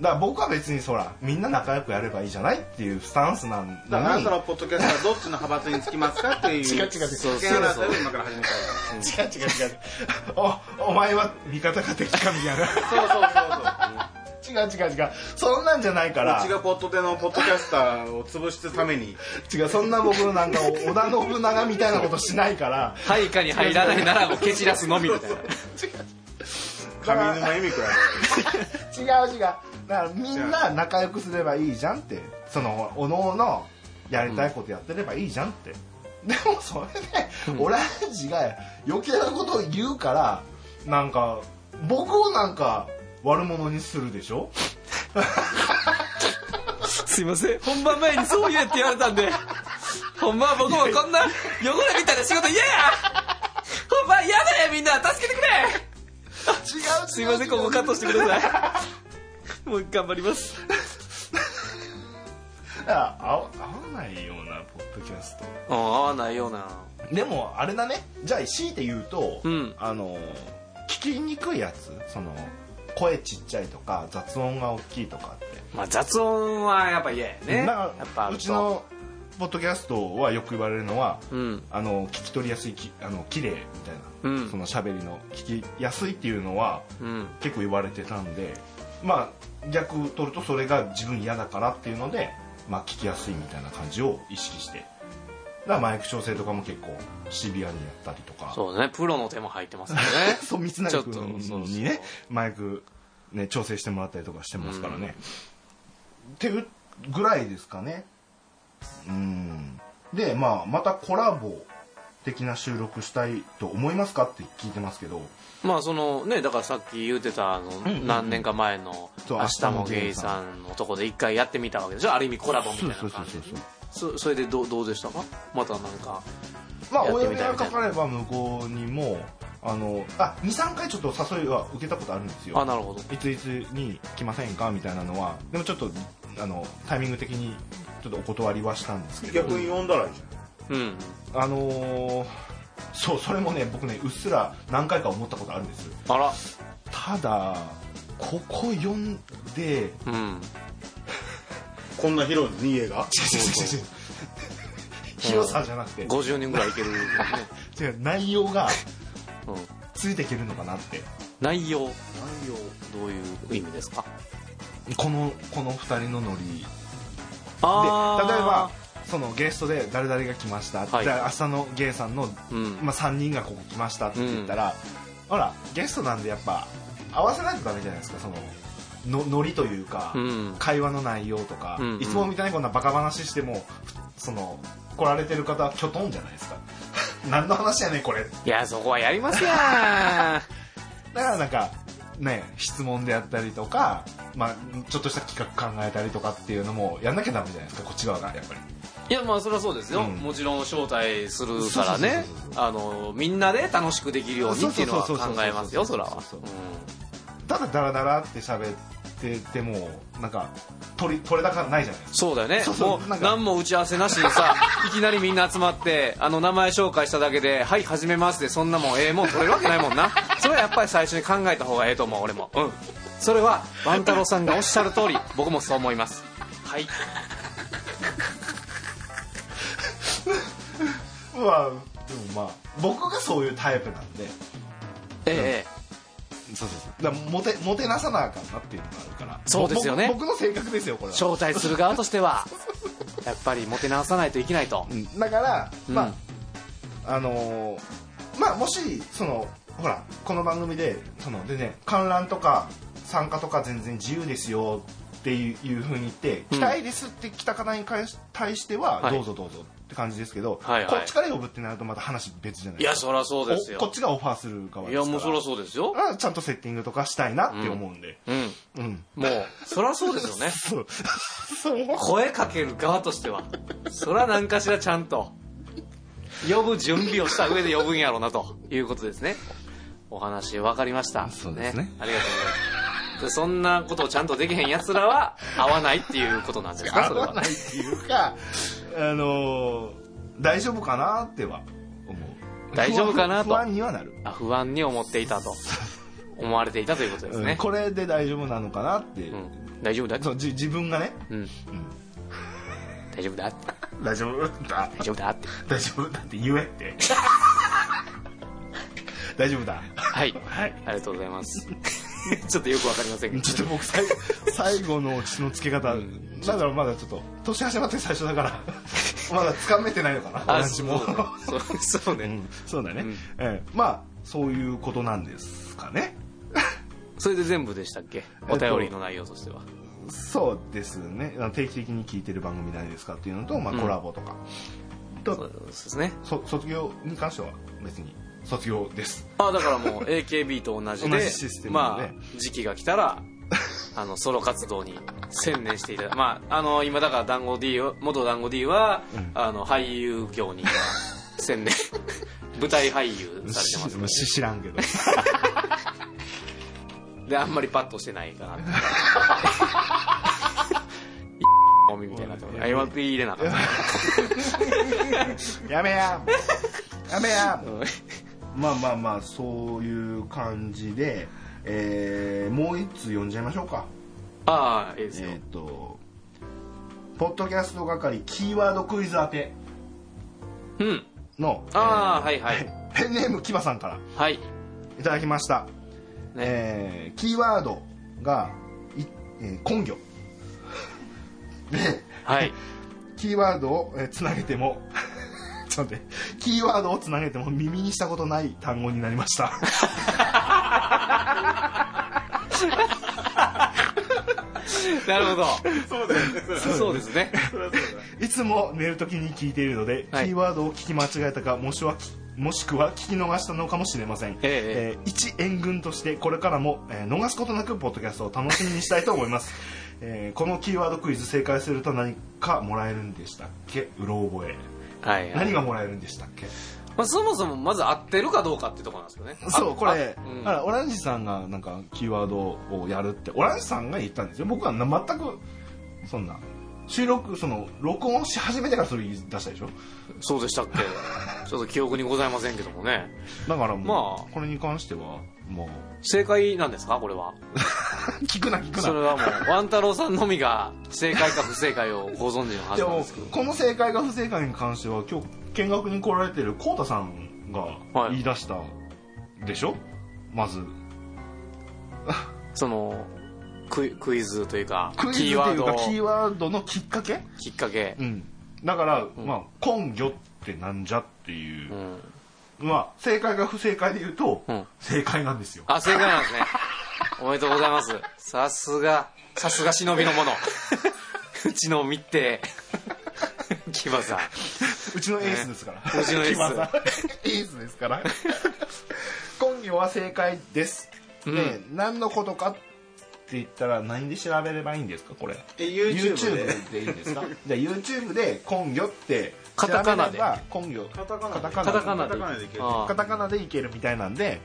だから僕は別にそらみんな仲良くやればいいじゃないっていうスタンスなんだだからそのポッドキャストはどっちの派閥につきますかっていう違う違う違うそうそうそう今から始めたい違う違う違 うおお前は味方か敵かみたいなそうそうそう 違う違う違うそんなんじゃないかうらちがポッドでのポッドキャスターを潰すために違うそんな僕のなんか織 田信長みたいなことしないから配下に入らないならもう蹴散らすのみみたいな上沼恵美子や違う違うだからみんな仲良くすればいいじゃんってそのおのおのやりたいことやってればいいじゃんって、でもそれでオランジが余計なことを言うからなんか僕をなんか悪者にするでしょ すいません本番前にそう言えって言われたんで本番僕もこんな汚れみたいな仕事嫌や本番嫌だよみんな助けてくれ違う違うすいませんここカットしてくださいもう頑張りますあ合わ合わないようなポッドキャストうん合わないようなでもあれだねじゃあ強いて言うと、うんあの聞きにくいやつその声ちっちゃいとか雑音が大きいとかってまあ雑音はやっぱ嫌やねなんやっかぱあるうとちのポッドキャストはよく言われるのは、うんあの聞き取りやすいきあの綺麗みたいな、うんその喋りの聞きやすいっていうのはうん結構言われてたんでまあ逆を取るとそれが自分嫌だからっていうので、まあ、聞きやすいみたいな感じを意識してだからマイク調整とかも結構シビアにやったりとかそうだねプロの手も入ってますよね そう三成君ちょっとにねマイクね調整してもらったりとかしてますからね、っていうぐらいですかねうんでまあまたコラボ的な収録したいと思いますかって聞いてますけどまあそのねだからさっき言ってたあの何年か前の「そう明日もゲイさん」のとこで一回やってみたわけでしょある意味コラボみたいなそうそう感そうじそうそそれでどうどうでしたかまたなんかまあやっおて呼みびたいがみたかいなかれば向こうにもあのあ23回ちょっと誘いは受けたことあるんですよあなるほどいついつに来ませんかみたいなのはでもちょっとあのタイミング的にちょっとお断りはしたんですけど逆に呼んだらいいじうんあのーそうそれもね僕ねうっすら何回か思ったことあるんですあらただここ読ん でうんゃんこんな広い家が広さじゃなくて50人ぐらいいける、 ね、違う内容がうんついていけるのかなって内容内容どういう意味ですかこのこの2人のノリで例えあーばそのゲストで誰々が来ました、はいじゃあ明日のゲイさんの、うんまあ、3人がここ来ましたって言ったら、ほらゲストなんでやっぱ合わせないとダメじゃないですかそののノリというか、うん会話の内容とか、うんうんいつもみたいにこんなバカ話してもその来られてる方はきょとんじゃないですか 何の話やねんこれいやそこはやりますやだからなんかね質問であったりとか、まあ、ちょっとした企画考えたりとかっていうのもやんなきゃダメじゃないですかこっち側がやっぱりんいやまあそれはそうですよ、うんもちろん招待するからねそうそうそうあのみんなで楽しくできるようにっていうのはそ考うそうそうそうえますよそらはそうそうただダラダラって喋っててもなんか取り取れ高ないじゃないですかそうだよねそうそうもなうんか何も打ち合わせなし にさいきなりみんな集まってあの名前紹介しただけで「はい始めます」でそんなもんええもん取れるわけないもんな それはやっぱり最初に考えた方がええと思う俺もうんそれは万太郎さんがおっしゃる通り僕もそう思いますはいまあでもまあ僕がそういうタイプなんでええそうそうそうだからモテモテなさなあかんなっていうのがあるからそうですよねぼ僕僕の性格ですよこれは招待する側としてはやっぱりもてなさないといけないとうんだから、うんまああのーまあもしそのほらこの番組でそのでね観覧とか参加とか全然自由ですよっていういうふうに言って「うん来たいです」って来た方に対し対してははいどうぞどうぞって感じですけど、はいはいこっちから呼ぶってなるとまた話別じゃないいでやすかそりゃそうですおこっよちがオファーする側いですやからもうそりゃそうですよあちゃんとセッティングとかしたいなって思うんで、うんうんもうそりゃそうですよねそう そう声かける側としてはそりゃ何かしらちゃんと呼ぶ準備をした上で呼ぶんやろうなということですねお話分かりましたそうですねありがとうございますでそんなことをちゃんとできへんやつらは合わないっていうことなんですか合それわはないっていうか、あのー大丈夫かなっては思う大丈夫かなと不安不安にはなる、あ不安に思っていたと思われていたということですうんね、これで大丈夫なのかなって、うん、大丈夫だそうじ自分がねうん、大丈夫だって大丈夫だ大丈夫だって大丈夫だって言えって 大丈夫だはいはいありがとうございます ちょっとよくわかりませんけどちょっと僕最後最後の血の付け方、なんだろうまだちょっと年始まって最初だから まだ掴めてないのかなあ私もそうそうそうね、うん そうだね、ええまあそういうことなんですかねそれで全部でしたっけとお便りの内容としては、そうですねあの定期的に聞いてる番組ないですかっていうのと、まあ、うんコラボとか、そとうですねそ卒業に関しては別に卒業ですあだからもう AKB と同じで同じシステムだねまあ、時期が来たらあのソロ活動に専念していただまああの今だから団子 D を元団子 D は、あの俳優業に 専念舞台俳優されてますからねし知らんけど であんまりパッとしてないかな って おみみたいになってますあ今入れなかったやめややめやまあまあまあそういう感じで、えーもう一通読んじゃいましょうかああいいですよ、えーっとポッドキャスト係キーワードクイズ当てうんのああはいはいえーペンネームキバさんからはいいただきました、ねえーキーワードがい、えー根 魚ではいキーワードをえーつなげても ちょっと待ってキーワードをつなげても耳にしたことない単語になりました な るほどそうですねいつも寝るときに聞いているので、はいキーワードを聞き間違えたかもしはきもしくは聞き逃したのかもしれません、ええー一援軍としてこれからも、えー逃すことなくポッドキャストを楽しみにしたいと思い ます、えーこのキーワードクイズ正解すると何かもらえるんでしたっけうろ覚えはいはい何がもらえるんでしたっけまあ、そもそもまず合ってるかどうかってところなんですよねそうこれ、あうんあらオランジさんがなんかキーワードをやるってオランジさんが言ったんですよ僕はな全くそんな収録その録音し始めてからそれ言い出したでしょそうでしたっ けちょっと記憶にございませんけどもねだからもう、まこれに関してはも正解なんですかこれはう 聞くな聞くそれなはもうワン太郎さんのみが正解か不正解をご存知のはずでなんもですけどこの正解が不正解に関しては今日見学に来られてるコウタさんがはい言い出したでしょ、まずそのクイクイズというかクイズキといーうかワードキーワードのきっかけ、きっかけうん、だから、まあ根拠ってなんじゃっていうう、ん、まあ、正解が不正解で言うと、うん正解なんですよ。あ正解なんですねおめでとうございますさすがさすが忍びの者うちの密偵木場さんうちのエースですから。うちのエース木村さん エースですから。今業は正解です。うんで、何のことかって言ったら何で調べればいいんですか、これ。え YouTube で YouTube でいいんです かじゃあ YouTube で根魚って調カべれタカナでば根魚カタカナでカカタカナナカタカナでいででけるあカタカナでいけるみたいなんで、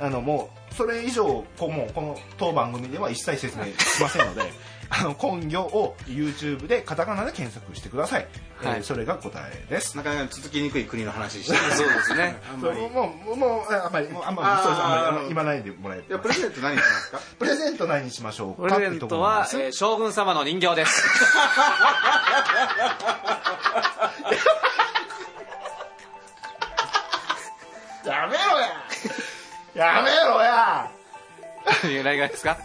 あのもう、それ以上、こうもうこの当番組では一切説明しませんので、あの、根魚を YouTube でカタカナで検索してください。えーはいそれが答えです。なかなか続きにくい国の話してるあそうですねあんそまうりもう、もう、もう、あんまり、もうあんまり、あーそうです、あんまあり、の今ないでもらえいてや。プレゼント何しますかプレゼント何にしましょうプかレゼントはっ、ていうところなんえでー将軍様の人形ですすやめろややめろやいや何がですか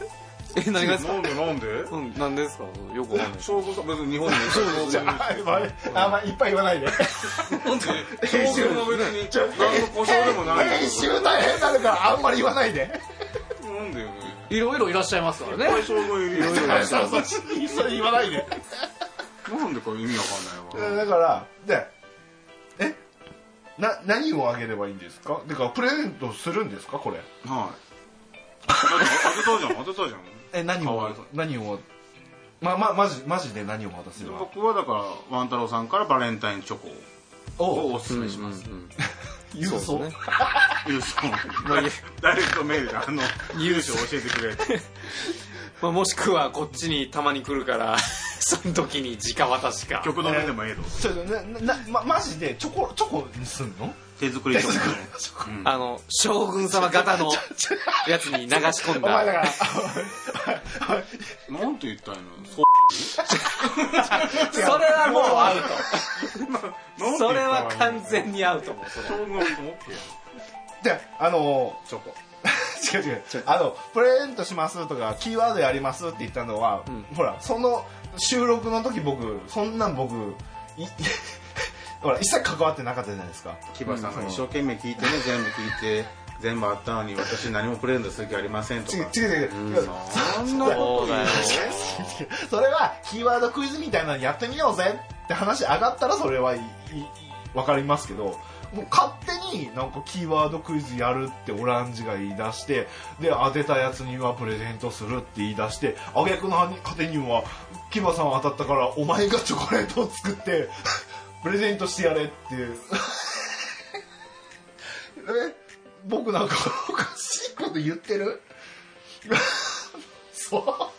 え何がですかなんでなんでうん何ですかよくわかんない証拠さ別に日本にそうそうそうあまああんまりいっぱい言わないで。証拠も別に何の故障でもない編集大変なるから、あんまり言わないで。なんでよいろいろいらっしゃいますからね証拠いるよそう そう、それ言わないで。なんでか意味わかんないわえだからでえな何をあげればいいんですかてかプレゼントするんですかこれはい当てたじゃん当てたじゃんえ何かわいそう何をままマジマジで何を渡すの僕はだからワン太郎さんからバレンタインチョコをおすすめします郵送そうです優勝ダイレクトメールであの優勝教えてくれってまあ、もしくはこっちにたまに来るから その時に直渡しか曲止めでもええぞちょっとなななまマジでチョコチョコにすんの手作りチョコねあの将軍様型のやつに流し込んお前だかだら なんて言ったんやろそうそれはもうアウなんト て言ったんやろそれは完全にアウトもうそれ将軍も OK やであのチョコ 違う違うあのプレゼントしますとかキーワードやりますって言ったのは、ほらその収録の時僕そんなん僕い ほら一切関わってなかったじゃないですか木場さんが一生懸命聞いてね全部聞いて全部あったのに私何もプレゼントする気ありませんと違うか違う違う違うそんなこと言うそれはキーワードクイズみたいなのやってみようぜって話上がったらそれはいいわかりますけどもう勝手になんかキーワードクイズやるってオランジが言い出してで当てたやつにはプレゼントするって言い出して挙句の果てにはキバさんは当たったからお前がチョコレートを作ってプレゼントしてやれっていう え僕なんかおかしいこと言ってるそ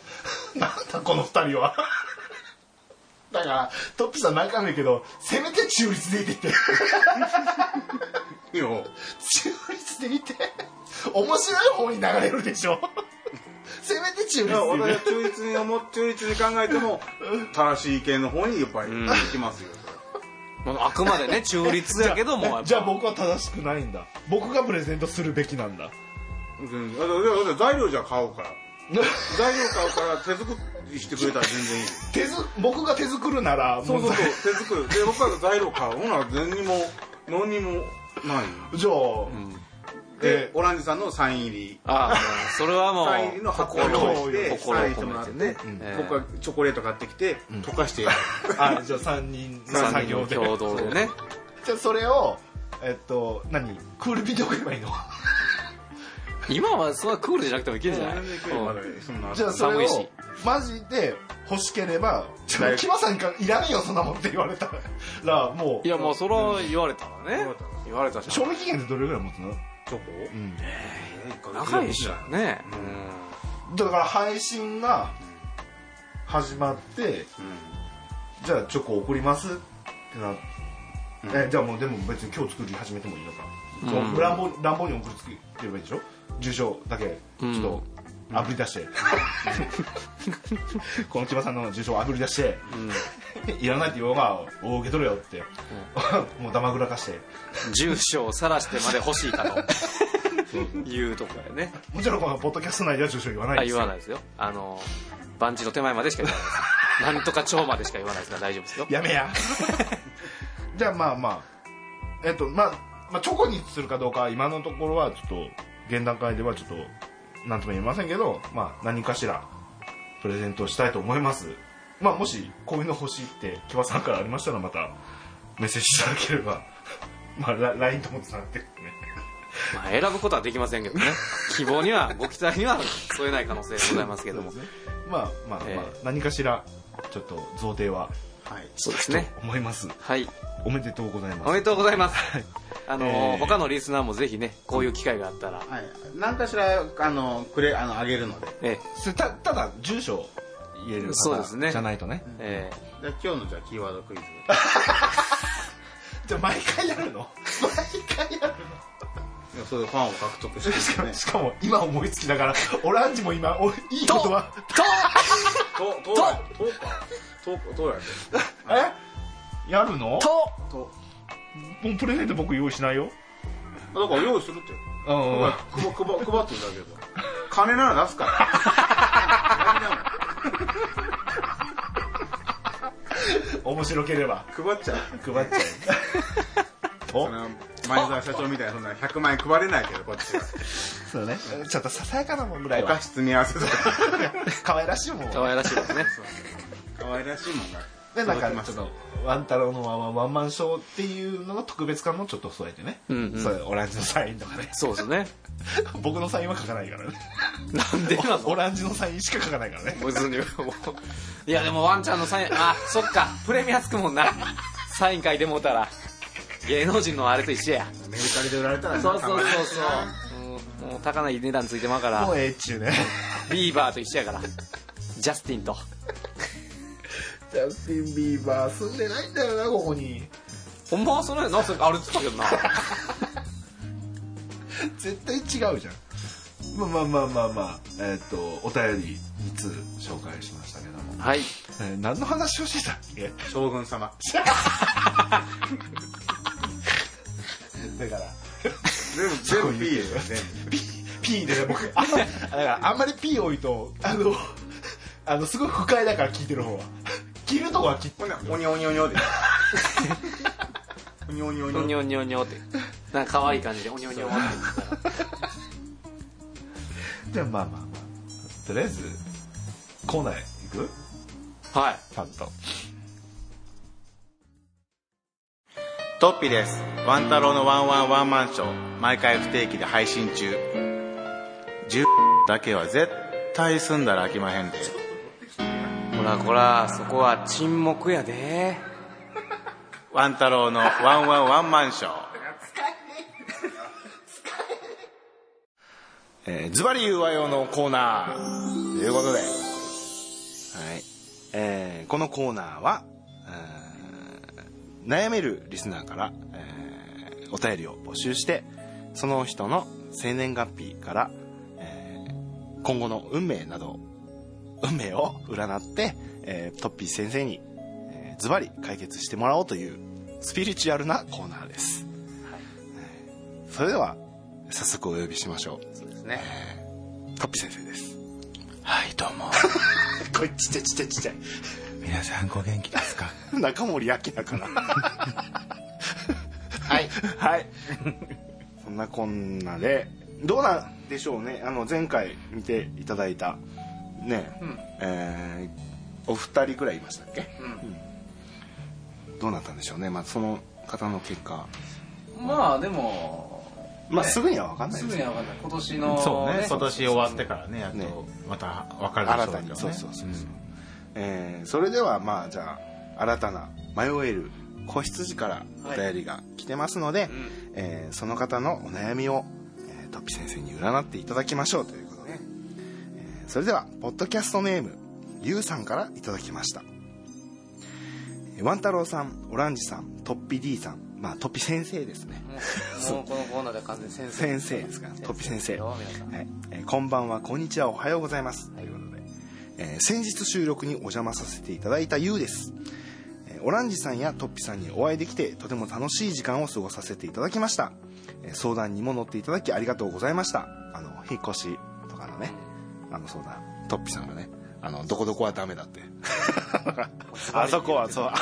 う なんだこの二人は だからトップさん何回も言うけどせめて中立でいて ってよ中立でいて面白い方に流れるでしょ せめて中立いやで俺いはて中立に思っ中立に考えても正しい意見の方にやっぱり行きますよまああくまでね中立やけどもやっぱ じゃあ僕は正しくないんだ僕がプレゼントするべきなんだ 全然だってだって材料じゃ買おうから材料買うから手作りしてくれたら全然いい手ず僕が手作るならそうそ問う題そう手作りで僕は材料買うほな何にも何にもないじゃあ、えで、オランジさんのサイン入りああそれはもうサイン入り の箱を用意して心サインをしてもらっ込て、めてねええ僕はチョコレート買ってきて、溶かしてやるあじゃあ3人の三作人業ので共同でねじゃあそれをえっと何クールビで送ればいいの今はそんなクールじゃなくてもいけるんじゃない全然来るまだそんなじゃあそれ寒いしをマジで欲しければ「ちょキマさんからいらんよそんなもん」って言われたらもいうやもうそれは言われたらね言われたし賞味期限ってどれぐらい持つのチョコ、ん長いでしょねだから配信が始まってじゃあチョコ送りますってなえじゃあもうでも別に今日作り始めてもいいのかうん乱暴乱暴に送りつければいいでしょ住所だけちょっとあぶり出 してこの千葉さんの住所をあぶり出していらないって言おうがお受け取れよって もうだまぐらかして住所を晒してまで欲しいかと いうとこやねもちろんこのポッドキャスト内では住所言わないあです言わないですよあの番地の手前までしか言わないですなんとか町までしか言わないですから大丈夫ですよやめや じゃあまあまあえっとまあ、まあ、チョコにするかどうかは今のところはちょっと現段階ではちょっと何とも言えませんけど、まあ、何かしらプレゼントしたいと思いますまあもしこういうの欲しいって木場さんからありましたらまたメッセージいただければ まあラ LINE ともつながってるんでねまあ選ぶことはできませんけどね希望にはご期待には添えない可能性ございますけどもまあまあまあ、え何かしらちょっと贈呈はそうですね思いますはいおめでとうございますおめでとうございますあの、えー他のリスナーもぜひねこういう機会があったら、はい、何かしらあのくれあのあげるのででえそれたただ住所を言えるそうですね方じゃないとねええ今日のじゃあキーワードクイズじゃあ毎回やるの 毎回やるい やそれでファンを獲得してるのね しかも今思いつきながらオランジも今おいいことはとととかととやでえやるのとともうプレゼント僕用意しないよだから用意するってうん配うん配配ってるだけど金なら出すから面白ければ配っちゃう配っちゃうそとの前澤社長みたいなそんな100万円配れないけどこっちはそうねちょっとささやかなもんぐらいおは菓子積み合わせとか可愛らしいもん可愛らしいですね可愛らしいもんがでなんか届きまちょすっとワン太郎のワンワンワンマンショーっていうのの特別感もちょっと添えてね、うんうんそうオランジのサインとかね そうですね僕のサインは書かないからねなんでなのオランジのサインしか書かないからね別にもういやでもワンちゃんのサインあそっかプレミアつくもんなサイン書いてもうたら芸能人のあれと一緒やメルカリで売られたらねそうそうそうたまにそう、うん、もう高ない値段ついてまうからもうええっちゅうねビーバーと一緒やからジャスティンとジャスティン・ビーバー住んでないんだよなここにほんまはそのなんそれあれつったけどな絶対違うじゃんまあまあまあまあまあえーっ、とお便り2通紹介しましたけども、はいえー何の話をしてたっけ将軍様だから 全部全部 B ですよ全部 P でね僕あんまだからあんまり P 多いとあのあのすごい不快だから聞いてる方は切るとこは切ってほんならおにょおにょおに ょでおにょおにょおにおょにょおにょおにょってなんか可愛い感じでおにょおにょってでもまあまあまあとりあえずコーナーへ行くはいパンとトッピーですワン太郎のワンワンワンマンショー毎回不定期で配信中10だけは絶対済んだら飽きまへんでほらほらそこは沈黙やでワン太郎のワンワンワンマンショーえーズバリ言うわよのコーナーということで、はいえーこのコーナーは、えー悩めるリスナーから、えーお便りを募集してその人の生年月日から、えー今後の運命などを運命を占って、えートッピー先生に、えーズバリ解決してもらおうというスピリチュアルなコーナーです、えーそれでは早速お呼びしましょうそうですねトッピ先生ですはいどうも これちっちゃいちっちゃいちっちゃい皆さんご元気ですか 中森明菜 かなはいはいそんなこんなでどうなんでしょうねあの前回見ていただいたね、んえーお二人ぐらいいましたっけ、うんどうなったんでしょうねまあその方の結果まあでもまあねすぐには分かんないすでぐすによは分かんない今年のそうねねそ今う年終わってからねやっねとまた分かるでしょう新たけどにねそうそうそうそう、えーそれではまあじゃあ新たな迷える子羊からお便りが来てますので、えーその方のお悩みを、えートッピ先生に占っていただきましょう ということで、えーそれではポッドキャストネームゆうさんからいただきましたえーワン太郎さんオランジさんトッピ D さんまあトッピ先生ですねもうもうこのコーナーで完全に先生先生ですからトッピ先生よ皆さんはいえーこんばんはこんにちはおはようございます、ということで、えー先日収録にお邪魔させていただいたゆうです、えーオランジさんやトッピさんにお会いできてとても楽しい時間を過ごさせていただきました、えー相談にも乗っていただきありがとうございましたあの引っ越しとかのねあのそうだトッピさんがねあのどこどこはダメだってあそこはそうあ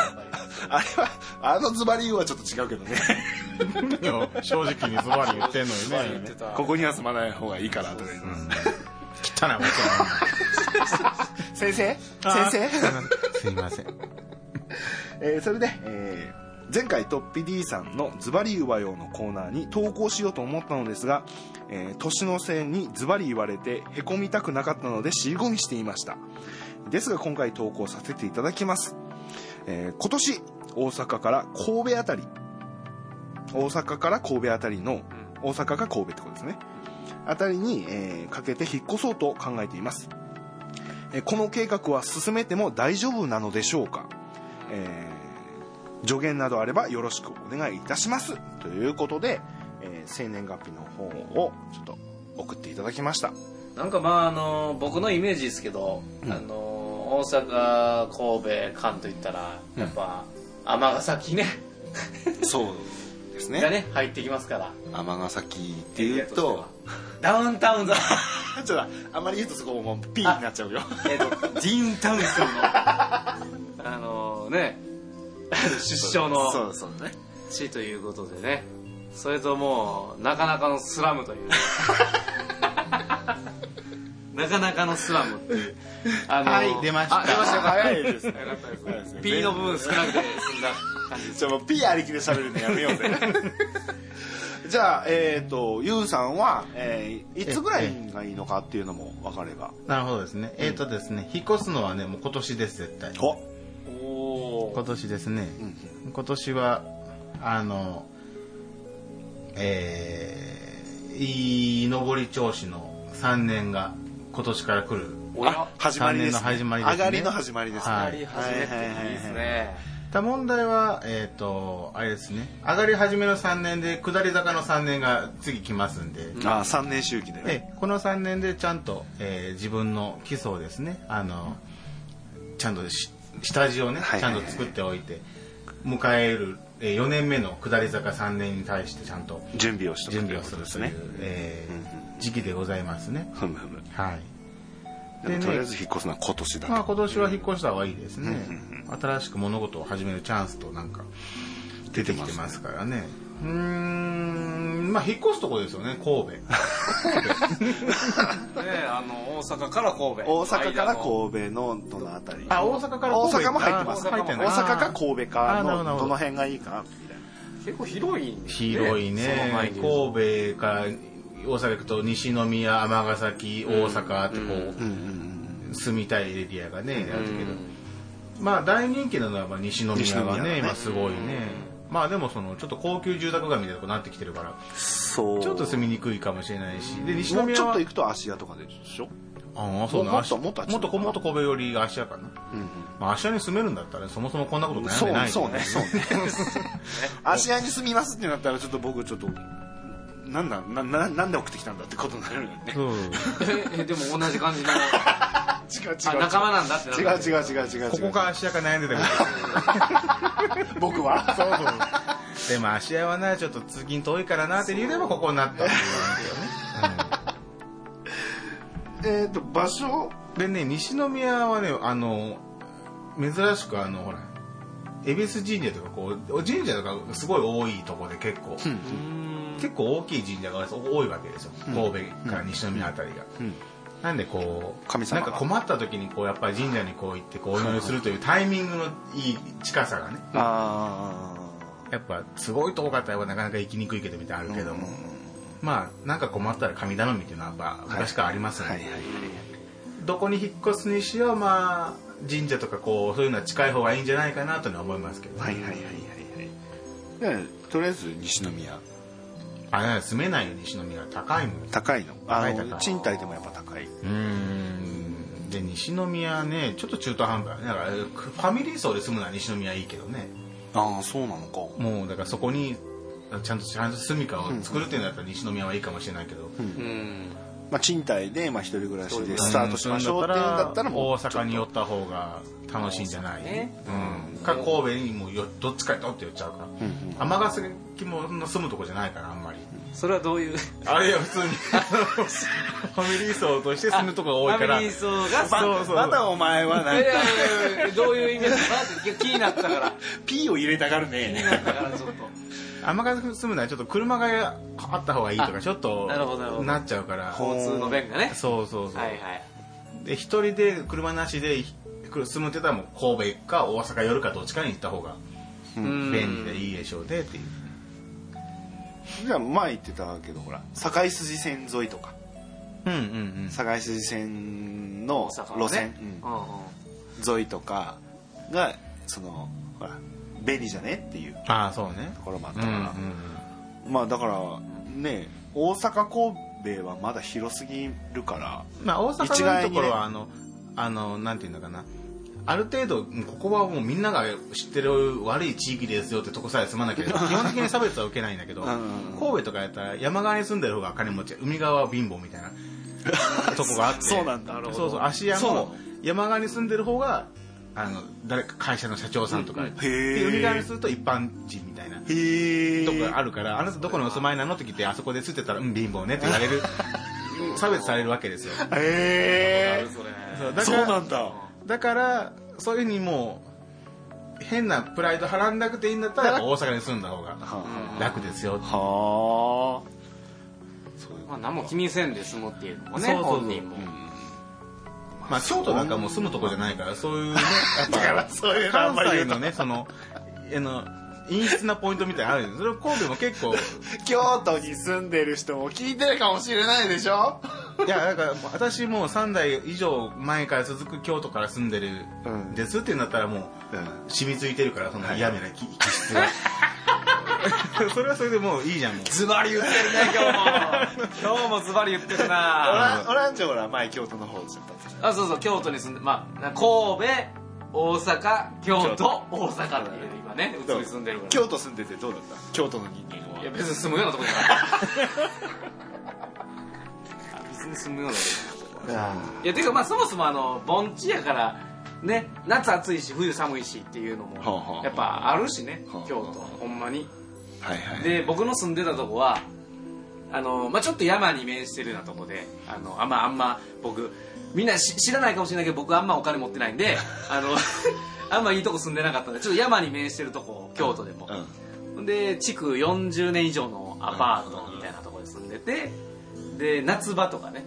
あれはあのズバリ言うはちょっと違うけどね正直にズバリ言ってんのにねここには住まない方がいいからとか言って汚いこと先生あ先生すいませんえーそれで、えー前回トッピ D さんのズバリ言わようのコーナーに投稿しようと思ったのですが、えー年のせいにズバリ言われてへこみたくなかったので尻込みしていましたですが今回投稿させていただきます、えー今年大阪から神戸あたり大阪から神戸あたりの大阪か神戸ってことですねあたりに、えーかけて引っ越そうと考えています、えーこの計画は進めても大丈夫なのでしょうかえー助言などあればよろしくお願いいたしますということで、えー生年月日の方をちょっと送っていただきましたなんかまああの僕のイメージですけど、あの大阪神戸関といったらやっぱ尼崎ねそうですがね入ってきますから尼崎っていうとダウンタウンザちょっとあんまり言うとそこもうピーになっちゃうよえっとジーンタウンさんのあのね出生そのうそうね地ということでねそれともうなかなかのスラムという なかなかのスラムっていうあのはい出ましたあ出ましたよかった早いですねよかったです P の部分少なくて済んだ感じですじゃあもうピーありきで喋るのやめようぜじゃあえっ、とゆうさんは、えーいつぐらいがいいのかっていうのも分かればなるほどですねえっ、とですね引っ越すのはねもう今年です絶対おお今ー年ですね、ん今年はあのえー、いい上り調子の3年が今年から来るおや始まりです、ね、 3年の始まりですね上がりの始まりですね、はやり始めていいですねた問題はえっ、とあれですね上がり始めの3年で下り坂の3年が次来ますんで、ああ3年 周期でねええこの3年でちゃんと、えー自分の基礎をですねあのちゃんとし下地をねはいちはゃいんはいと作っておいて迎えるえー4年目の下り坂3年に対してちゃんと準備をしとく準備をするとといいううことですね、えーうん時期でございますね。ふむふむはい。ででもねとりあえず引っ越すのは今年だと、まあ今年は引っ越した方がいいですね。新しく物事を始めるチャンスとなんか出てきてますからね。うーん、まあ引っ越すとこですよね、神ねあの大阪から神戸大阪から間の神戸のどのあたり戸。あ、大阪から大神戸阪も入ってますあ大入ってんだ阪か神戸かあーなるほどなるのほどどの辺がいいかみたいな結構広いんですね広いその前ねに神戸から大阪行くと西宮尼崎大阪ってこう住みたいエリアがねあるけどまあ大人気なのはまあ西宮西宮がねね今すごいねまあでもそのちょっと高級住宅街みたいなとこになってきてるからそうちょっと住みにくいかもしれないしで西もうち宮ょっはと行くと芦屋とかでしょああそうなももっともっとあっちもっともっと神戸より芦屋かなまあ芦屋に住めるんだったらねそもそもこんなこと悩んそうでないねそうねそうね 芦屋に住みますってなったらちょっと僕ちょっとなんだなななんで送ってきたんだってことになるよ ねそうええでも同じ感じ の違う違あ仲間なんだってな違う違う違う違う違うここか芦屋か悩んでたけど僕は そうそう。でも芦屋はな、ちょっと通勤遠いからなって理由でもここになったっていうわえっと場所けよね。でね、西宮はね、あの、珍しくあの、ほら、恵比寿神社とかこう、神社とかすごい多いとこで結構、結構大きい神社が多いわけですよ。神戸から西宮あたりが。なんでこう、神様がなんか困った時にこう、やっぱり神社にこう行ってこう、お祈りするというタイミングのいい近さがね。あやっぱすごい遠かったらなかなか行きにくいけどみたいなのあるけども、まあなんか困ったら神頼みっていうのはやっぱ昔からありますあね、はいはいはいどこに引っ越すにしようまあ神社とかこうそういうのは近い方がいいんじゃないかなというのは思いますけど、はいはいはいはいはいでとりあえず西宮あなんか住めないよ西宮は高いもん高いのあ高い高のい賃貸でもやっぱ高いうーんで西宮ねちょっと中途半端だからファミリー層で住むのは西宮いいけどねああそうなのかもうだからそこにちゃんとちゃんと住みかを作るっていうんだったら西宮はいいかもしれないけど、うんまあ賃貸でまあ一人暮らしでスタートしましょうっていうんだったらも大阪に寄った方が楽しいんじゃない、ねうん、か神戸にもよどっちかにとって寄っちゃうから尼、崎もそんな住むとこじゃないからあんまりそれはどういうあれや普通にファミリー層として住むとこが多いからファミリー層がそうそううまたお前はないやいやいやいやどういう意味ですかって気になったからピーを入れたがるねだからちょっと尼崎に住むならちょっと車があった方がいいとかちょっとなるほどなるほどなっちゃうから交通の便がねそうそうそう、はいはいで一人で車なしでひ住むって言ったらもう神戸行くか大阪寄るかどっちかに行った方がうん便利でいいでしょうでっていうじゃあ前言ってたけどほら堺筋線沿いとかうんうんうん堺筋線の大阪はね路線うんうんうん沿いとかがそのほら便利じゃねっていうああそうねところもあっうたんうからんまあだからね大阪神戸はまだ広すぎるからまあ大一阪のい概いにとねころはあのあのなんていうのかなある程度ここはもうみんなが知ってる悪い地域ですよってとこさえ住まな ければ基本的に差別は受けないんだけど神戸とかやったら山側に住んでる方が金持ち海側は貧乏みたいなとこがあってそうなんだそうそう芦屋そうなもの山側に住んでる方があの誰か会社の社長さんとか、へーで海側にすると一般人みたいなへえとかあるから、あなたどこにお住まいなのって聞いて、あそこでついてたら、うん、貧乏ねって言われ る、差別されるわけですよ。へそれそうだえそかうらなんだだから、そういうふうにもう、変なプライドはらんなくていいん だったら、やっぱ大阪に住んだ方が楽ですよ。はあまあ何も気にせんで済むっていうのもねそうそうそう本人もまあ、京都なんかもう住むとこじゃないから、そう いうね、やっぱ、そういうのあん関まり言西うとのね、その、あの、陰湿なポイントみたいなのあるんですそれを神戸も結構、京都に住んでる人も聞いてるかもしれないでしょいや、だから私もう3代以上前から続く京都から住んでるんですっていうんだったらもう、染みついてるからその嫌めな気気質が それはそれでもういいじゃんもうズバリ言ってるね 今日も今日もズバリ言ってるオなラオランジョほら前京都の方住んだったじあそうそう京都に住んでまあな神戸大阪京都大阪っていう今ね移り住んでるかゃんら京都住んでてどうだった京都の人間いやは別に住むようなとこじゃない あ別に住むようなとこじゃないいやてかまあそもそもあの盆地やからね夏暑いし冬寒いしっていうのはあはもあやっぱあるしねはあはあ京都ほんまにはいはいで僕の住んでたとこはあの、まあ、ちょっと山に面してるようなとこであのあんまあんま僕みんなし知らないかもしれないけど僕あんまお金持ってないんであの あんまいいとこ住んでなかったんでちょっと山に面してるとこ京都でも、で築40年以上のアパートみたいなところに住んでてで夏場とかね、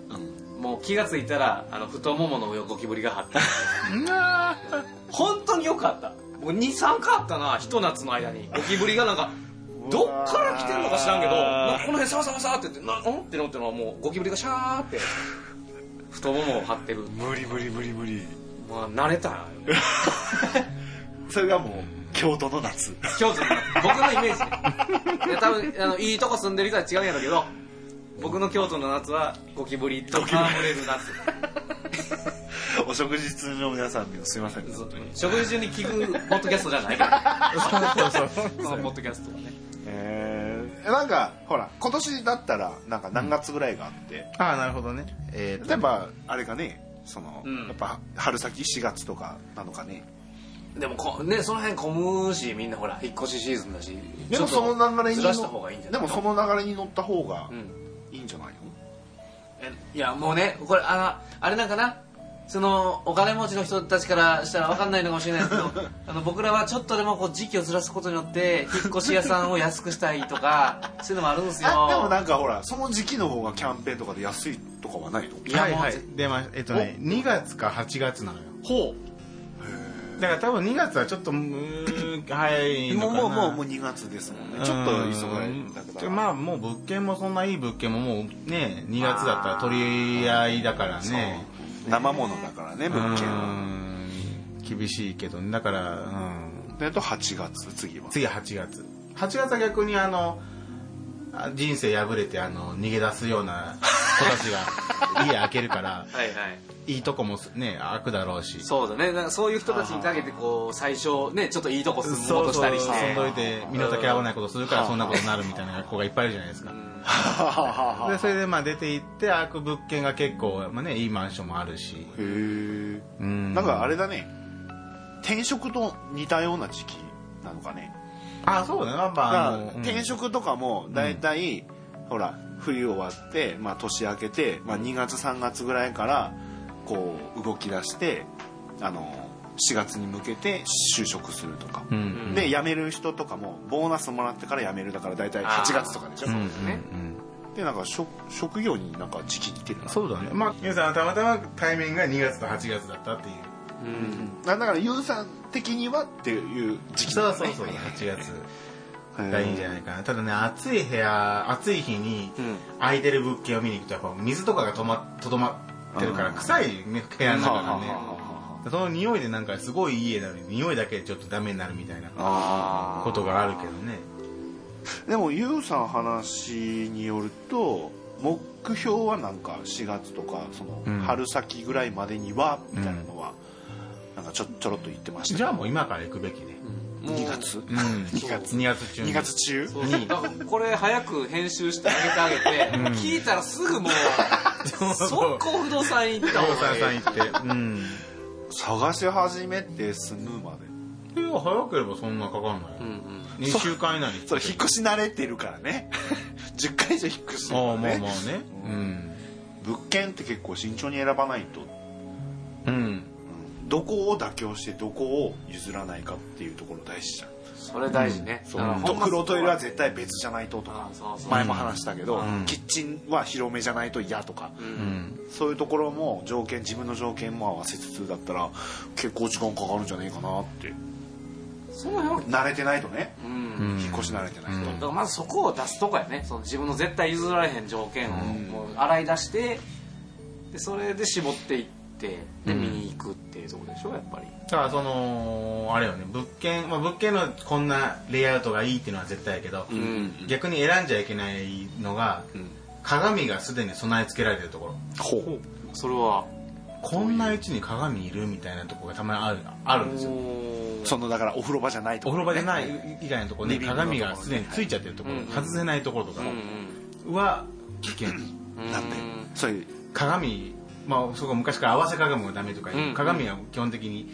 もう気がついたらあの太ももの横木ぶりが張って本当によかったもう23回あったなひと夏の間にゴキブリがなんかどっから来てるのか知らんけどなんかこの辺サワサワサワってやってなうんってなってのはもうゴキブリがシャーって太ももを張ってる無理無理無理無理まあ慣れたよそれがもう京都の夏京都の僕のイメージでいや多分あのいいとこ住んでる人は違うんやろうけど僕の京都の夏はゴキブリと戯れる夏お食事中の皆さんにもすいませんそう食事中に聞くポッドキャストじゃないからそうそうそうそのポッドキャストはねええなんかほら今年だったらなんか何月ぐらいがあって、ああなるほどねえー例えばあれかねその、うんやっぱ春先4月とかなのかねでもこねその辺混むしみんなほら引っ越しシーズンだしでもちょっそとの流れにずらした方がいいんじゃでなもいその流れに乗った方がうんいいんじゃないの、えいやもうねこれあのあれなんかなそのお金持ちの人たちからしたら分かんないのかもしれないですけど あの僕らはちょっとでもこう時期をずらすことによって引っ越し屋さんを安くしたいと かそういうのもあるんですよあでもなんかほらその時期の方がキャンペーンとかで安いとかはないのいやはも、いうはい出ましたえっとね2月か8月なのよほだから多分2月はちょっとうーん早いものうかなもうもうもう2月ですもんねちょっと急がないだからまあもう物件もそんないい物件ももうね2月だったら取り合いだからね生ものだからねう物件はん厳しいけどねだからうんであと8月次は次は8月8月は逆にあのあ人生破れてあの逃げ出すような子たちが家開けるからはいはいいいとこもね開くだろうしそうだねなんかそういう人たちにかけてこう最初ねちょっといいとこ住もうとしたりして遊んどいて身の丈合わないことするからそんなことになるみたいな子がいっぱいいるじゃないですか でそれでまあ出て行って開く物件が結構、まあね、いいマンションもあるし へえうんなんかあれだね転職と似たような時期なのかねあそうだねまあまだああかのら転職とかも大体、ほら冬終わって、まあ、年明けて、まあ、2月3月ぐらいからこう動き出してあの4月に向けて就職するとか、うんうんで辞める人とかもボーナスもらってから辞めるだから大体8月とかでしょうんうんねでなんか職職業になんか時期似てるなそうだねまあ皆さんたまたま対面が2月と8月だったっていうだからユウさん的にはっていう時期そうそうそう8月がいいんじゃないかなただね暑い部屋暑い日に空いてる物件を見に行くとやっぱ水とかがとまとどまってるから臭いね部屋の中がねその匂いでなんかすごいいい家なのに匂いだけちょっとダメになるみたいなことがあるけどねでもユウさん話によると目標はなんか4月とかそのうん春先ぐらいまでにはみたいなのはなんかちょちょろっと言ってましたじゃあもう今から行くべきね、 2月うん、2月2月中に2月中そうだからこれ早く編集してあげてあげて、聞いたらすぐも う速攻不動産行った方不動が産い屋いさん行ってうん探し始めて住むまでいや早ければそんなかかんない、うんうん2週間以内にそれ引っ越し慣れてるからね 10回以上引っ越してるああかまらあまねあね物件って結構慎重に選ばないとうん、うん、どこを妥協してどこを譲らないかっていうところ大事じゃんそれ大事ね、だからほんまドクロトイレは絶対別じゃないととあかーそうそう前も話したけど、んキッチンは広めじゃないと嫌とか、うんそういうところも条件自分の条件も合わせつつだったら結構時間かかるんじゃないかなってその辺は慣れてないとね、うん引っ越し慣れてないと、だからまずそこを出すとこやねその自分の絶対譲られへん条件をもう洗い出してでそれで絞っていってで見に行くっていうとこでしょやっぱりだからそのあれよね物件、まあ、物件のこんなレイアウトがいいっていうのは絶対やけど、ん逆に選んじゃいけないのが、鏡がすでに備え付けられてるところほそれはこんな位置に鏡いるみたいなとこがたまにあるあるんですようそのだからお風呂場じゃないとおころ風呂場じゃない以外のところにリビングのところ鏡がすでについちゃってるところ、うん外せないところとかうんは危険、うんなんだよそういう鏡まあ、そこ昔から合わせ鏡もダメとか言う、うん鏡は基本的に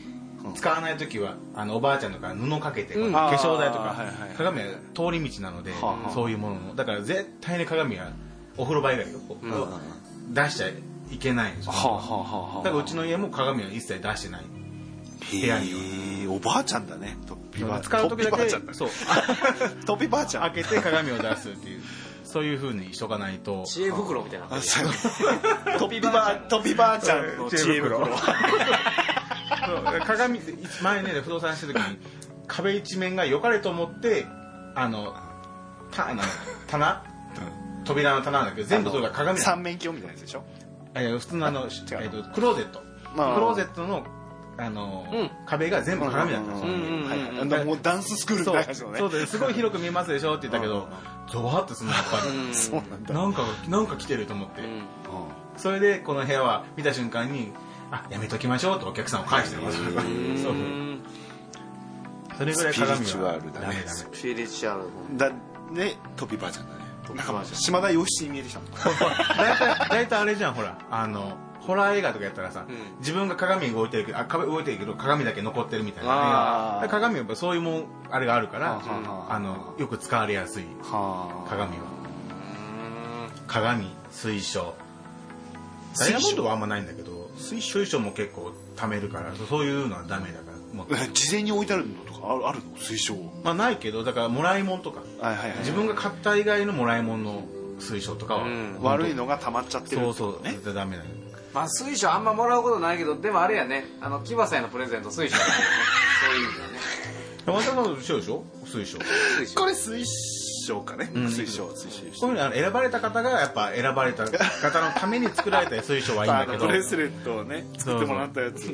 使わない時はあのおばあちゃんとか布かけて、うん化粧台とか、あーはいはいはい鏡は通り道なので、そういうもののだから絶対に鏡はお風呂場以外を、出しちゃいけないんですよ、はあはあはあはあだからうちの家も鏡は一切出してない部屋にはへえおばあちゃんだねトッピばあ使う時だトッピばあけちゃんだねそう トッピばあちゃん開けて鏡を出すっていうそういうふうにしとかないと知恵袋みたいなあそうトッピばあトッピばあちゃんの知恵袋そう鏡前ね不動産してる時に壁一面が良かれと思ってあのたあの棚扉の棚なんだけど全部それが鏡なの三面鏡みたいなやつでしょえー普通のあの、えーとクローゼット、まあクローゼットのあの、うん壁が全部鏡だったの、うんうんうんうんはいはいあのもうダンススクールみたいな感じのねそうですすごい広く見えますでしょって言ったけどゾワッとするのやっぱり、うんそうなんだなんかなんか来てると思って、うんそれでこの部屋は見た瞬間にあやめときましょうとお客さんを返してます、そううんそれぐらい鏡はスピリチュアルだねダメススピリチュアルだねトッピばあちゃんだねトッピばあなんちゃんか島田洋七に見えてきたもん大体大体あれじゃんほらあのホラー映画とかやったらさ、うん自分が鏡動いてるけどあ壁動いてるけど鏡だけ残ってるみたいなあー映画鏡はやっぱそういうもんあれがあるかはらあはああのよく使われやすいは鏡は鏡水晶ダイヤモンドはあんまないんだけど水晶水晶も結構貯めるからそういうのはダメだからもう、 事前に置いてあるのとかあるあるの推奨まあ、ないけどだからもらい物とかはいはい自分が買った以外のもらい物の水晶とかは、うん悪いのが溜まっちゃってるそってこうそうとね絶対ダメだよまあ水晶あんまもらうことないけどでもあれやねあの騎馬さんへのプレゼント水晶だよねそういう意味だよね山田さんの一緒でしょ水晶水晶これ推奨かね推奨推奨こういうのあの選ばれた方がやっぱ選ばれた方のために作られた水晶はいいんだあけの どブレだスレットをね作ってもらったやつか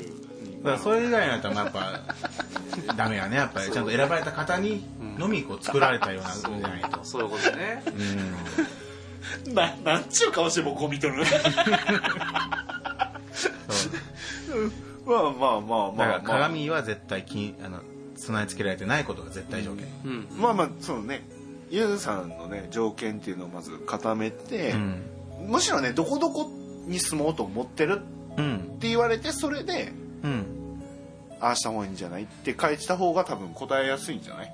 らそれ以外のやったらやっぱダメやねやっぱりちゃんと選ばれた方にのみこう作られたようなものじゃないとそういうことねうんななんちゅう顔してもゴミとるそうまあまあまあまだかあらまあ鏡は絶対きあの備え付けられてないことが絶対条件うんまあまあそうねゆずさんのね条件っていうのをまず固めて、うんむしろねどこどこに住もうと思ってるうんって言われてそれでうんああした方がいいんじゃないって書いてた方が多分答えやすいんじゃない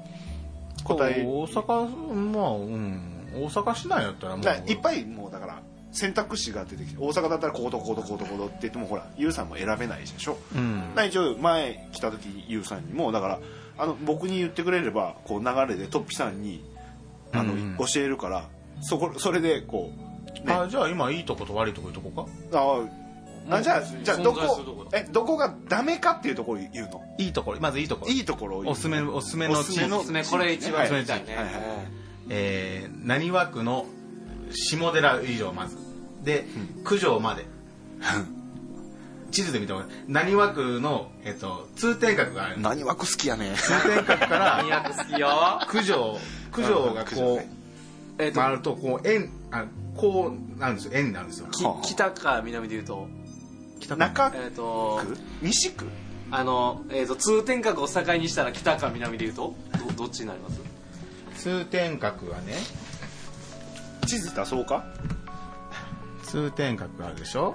答え大阪まあうん大阪市内だったらもだからういっぱいもうだから選択肢が出てきて大阪だったらこことこことこことこことって言ってもほらゆうさんも選べないでしょ、うん一応前来た時ゆうさんにもだからあの僕に言ってくれればこう流れでトッピさんにあの、うん教えるからそこそれでこうねあじゃあ今いいとこと悪いとこ言っとこうああじゃあじゃあど存在するとここだえどこがダメかっていうところ言うのかいいところまずいいところいいところを言うおすすめおすすめのおすすめのおすすめこれ一番はい見たいねはいはいはえー、浪速区の下寺以上まずで、九条まで地図で見てもらう浪速区の、えっと通天閣がある通何枠好きやね天閣かうんら200好きよ九条九条が九条こねえっうと回るとこう円あこうなるんですよ円になるんですよき北か南で言うと北中え区っと西区あのえっと通天閣を境にしたら北か南で言うとどどっちになります通天閣はね地図出そうか通天閣があるでしょ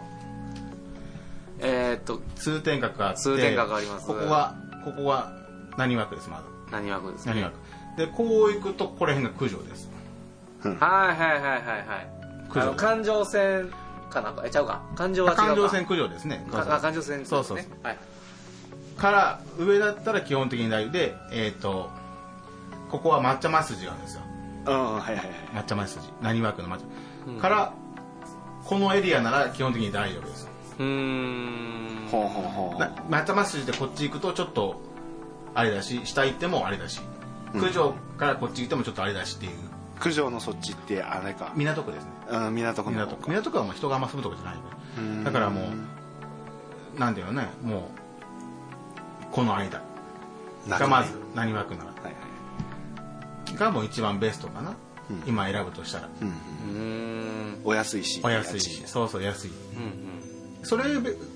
えっと通天閣があって通天閣ありますここはここは浪速区ですまず何枠ですか浪ね速区でこう行くとここら辺が九条ですはいはいはいはいはい九条あの環状線かなんかえちゃうか環状は違うか環状線九条ですねかあ環状線そうそうですねはいから上だったら基本的に大丈夫でえっ、とここは抹茶マ筋があるんですようんはいはいはい抹茶マ筋何枠の抹茶、からこのエリアなら基本的に大丈夫です、うーんほうほうほな抹茶マ筋でこっち行くとちょっとあれだし下行ってもあれだし九条からこっち行ってもちょっとあれだしっていうう九条のそっちってあれか港区ですねうん港区の港区港区はもう人があんま住むとこじゃないんでだからもうなんだよねもうこの間がまず何枠ならはいはいがもう一番ベストかな、ん今選ぶとしたら、うーんお安いしお安いし家賃そうそう安いうんうんそれ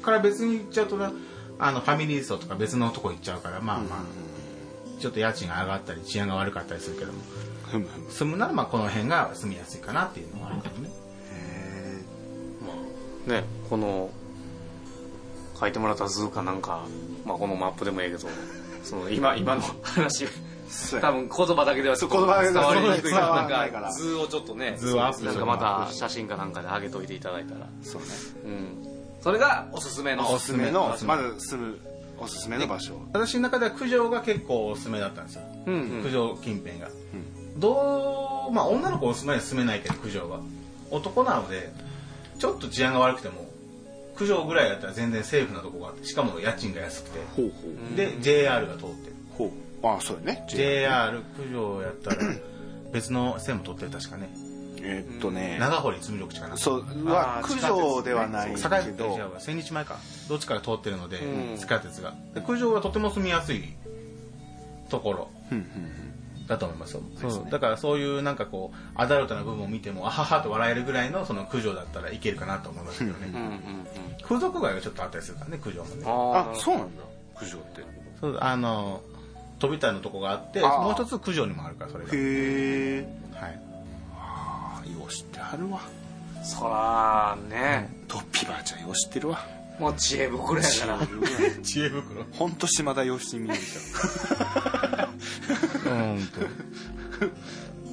から別に行っちゃうとなあのファミリー層とか別のとこ行っちゃうからまあまあ、ちょっと家賃が上がったり治安が悪かったりするけどもふむふむ住むならまあこの辺が住みやすいかなっていうのはあるけどねねこの書いてもらった図かなんか、まあ、このマップでもええけどその今今の話そうや多分言葉だけではちょっと言葉だけで伝わはりにくい伝わならんないからか図をちょっとね図をアップしてなんかまた写真かなんかで上げといていただいたらそうねうんそれがおすすめのおすすめのまず住むおすすめの場所私の中では九条が結構おすすめだったんですよ、うんうん九条近辺が、どうまあ女の子おすすめは住めないけど九条は男なのでちょっと治安が悪くても九条ぐらいだったら全然セーフなとこがあってしかも家賃が安くてほうで JR が通ってるほうほうあそうやね JR 九条やったら別の線も取ってる確かねえーっとね長堀住緑地かなそうはあー九条ではない栄けえてるど千日前かどっちから通ってるので、うん地下鉄がで九条はとても住みやすいところうんうんだと思いますよそうだからそういうなんかこうアダルトな部分を見てもあははと笑えるぐらいのその九条だったらいけるかなと思いますけどうんうねんうん風俗街がちょっとあったりするからね九条もねああそうなんだ九条ってそうあの飛びたいのとこがあってあーもう一つ九条にもあるからそれがへえはいあよう知ってはるわあそらねトッピーばあちゃんよう知ってるわもう知恵袋やから知恵袋ほんと島田よしみるじ うん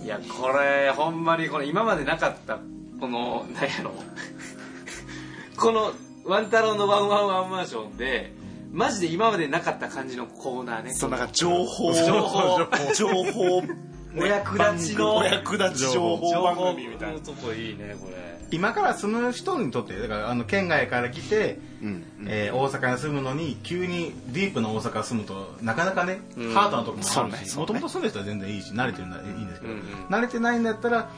といやこれほんまにこの今までなかったこのなんやろ この「ワン太郎のワンワンワンマンションで」マジで今までなかった感じのコーナーねゃんそうなんか情報情報情報お役立ちのお役立ち情報番組みたいな情報のとこいいねこれ今から住む人にとってだからあの県外から来て、えー大阪に住むのに急にディープな大阪に住むとなかなかね、ハードなとこもあるしもともと住んでる人は全然いいし慣れてるならいいんですけど、うんうん慣れてないんだったら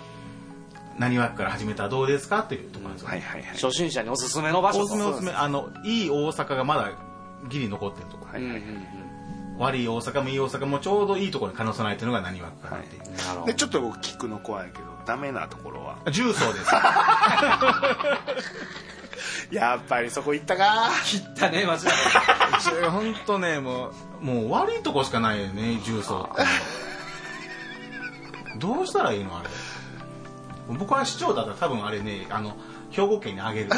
何枠から始めたらどうですかっていうところなんですよ、はいはいはい初心者におすすめの場所おすすめおすすめあのいい大阪がまだギリ残ってるところ、うんうんうん悪い大阪もいい大阪もちょうどいいところに可能さないというのが何枠かなっていう、なるほでどちょっと聞くの怖いけどダメなところは重曹ですやっぱりそこ行ったか切ったね マジで本当ねもうもう悪いとこしかないよね重曹ってどうしたらいいのあれ僕は市長だったら多分あれねあの兵庫県にあげる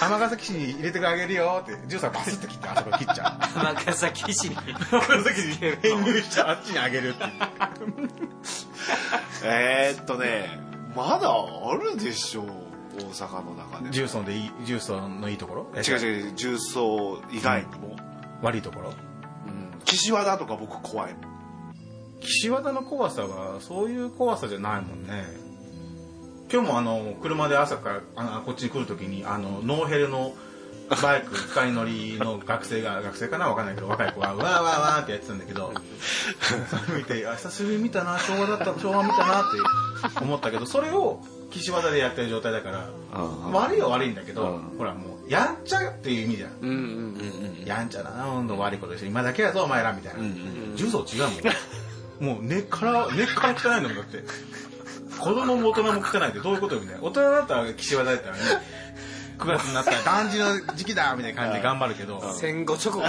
尼崎市に入れてあげるよって重曹はバスって切ってあそこ切っちゃう尼崎市に尼崎市に 編入してあっちにあげるっていうえーっとねまだあるでしょう大阪の中で重曹でいい重曹のいいところ違う違う違う重曹以外にも、悪いところうん、岸和田とか僕怖いもん岸和田の怖さはそういう怖さじゃないもんね今日もあの車で朝からあこっちに来る時にあのノーヘルのバイク二人乗りの学生が学生かなわかんないけど若い子がわーわーわーってやってたんだけどそれ見てあ久しぶりに見たな昭和だった昭和見たなって思ったけどそれを岸和田でやってる状態だから悪いは悪いんだけどほらもうやんちゃっていう意味じゃんうんうんうんやんちゃだな、ほんと悪いことでしょ。今だけやぞ、お前ら、みたいな。重曹違 うもん。もう根っから、根っから汚いのもんだって。子供も大人も汚いってどういうことよみたいな。大人だったら岸和田だったらね、9月になったら断じの時期だみたいな感じで頑張るけど、そう、戦後直後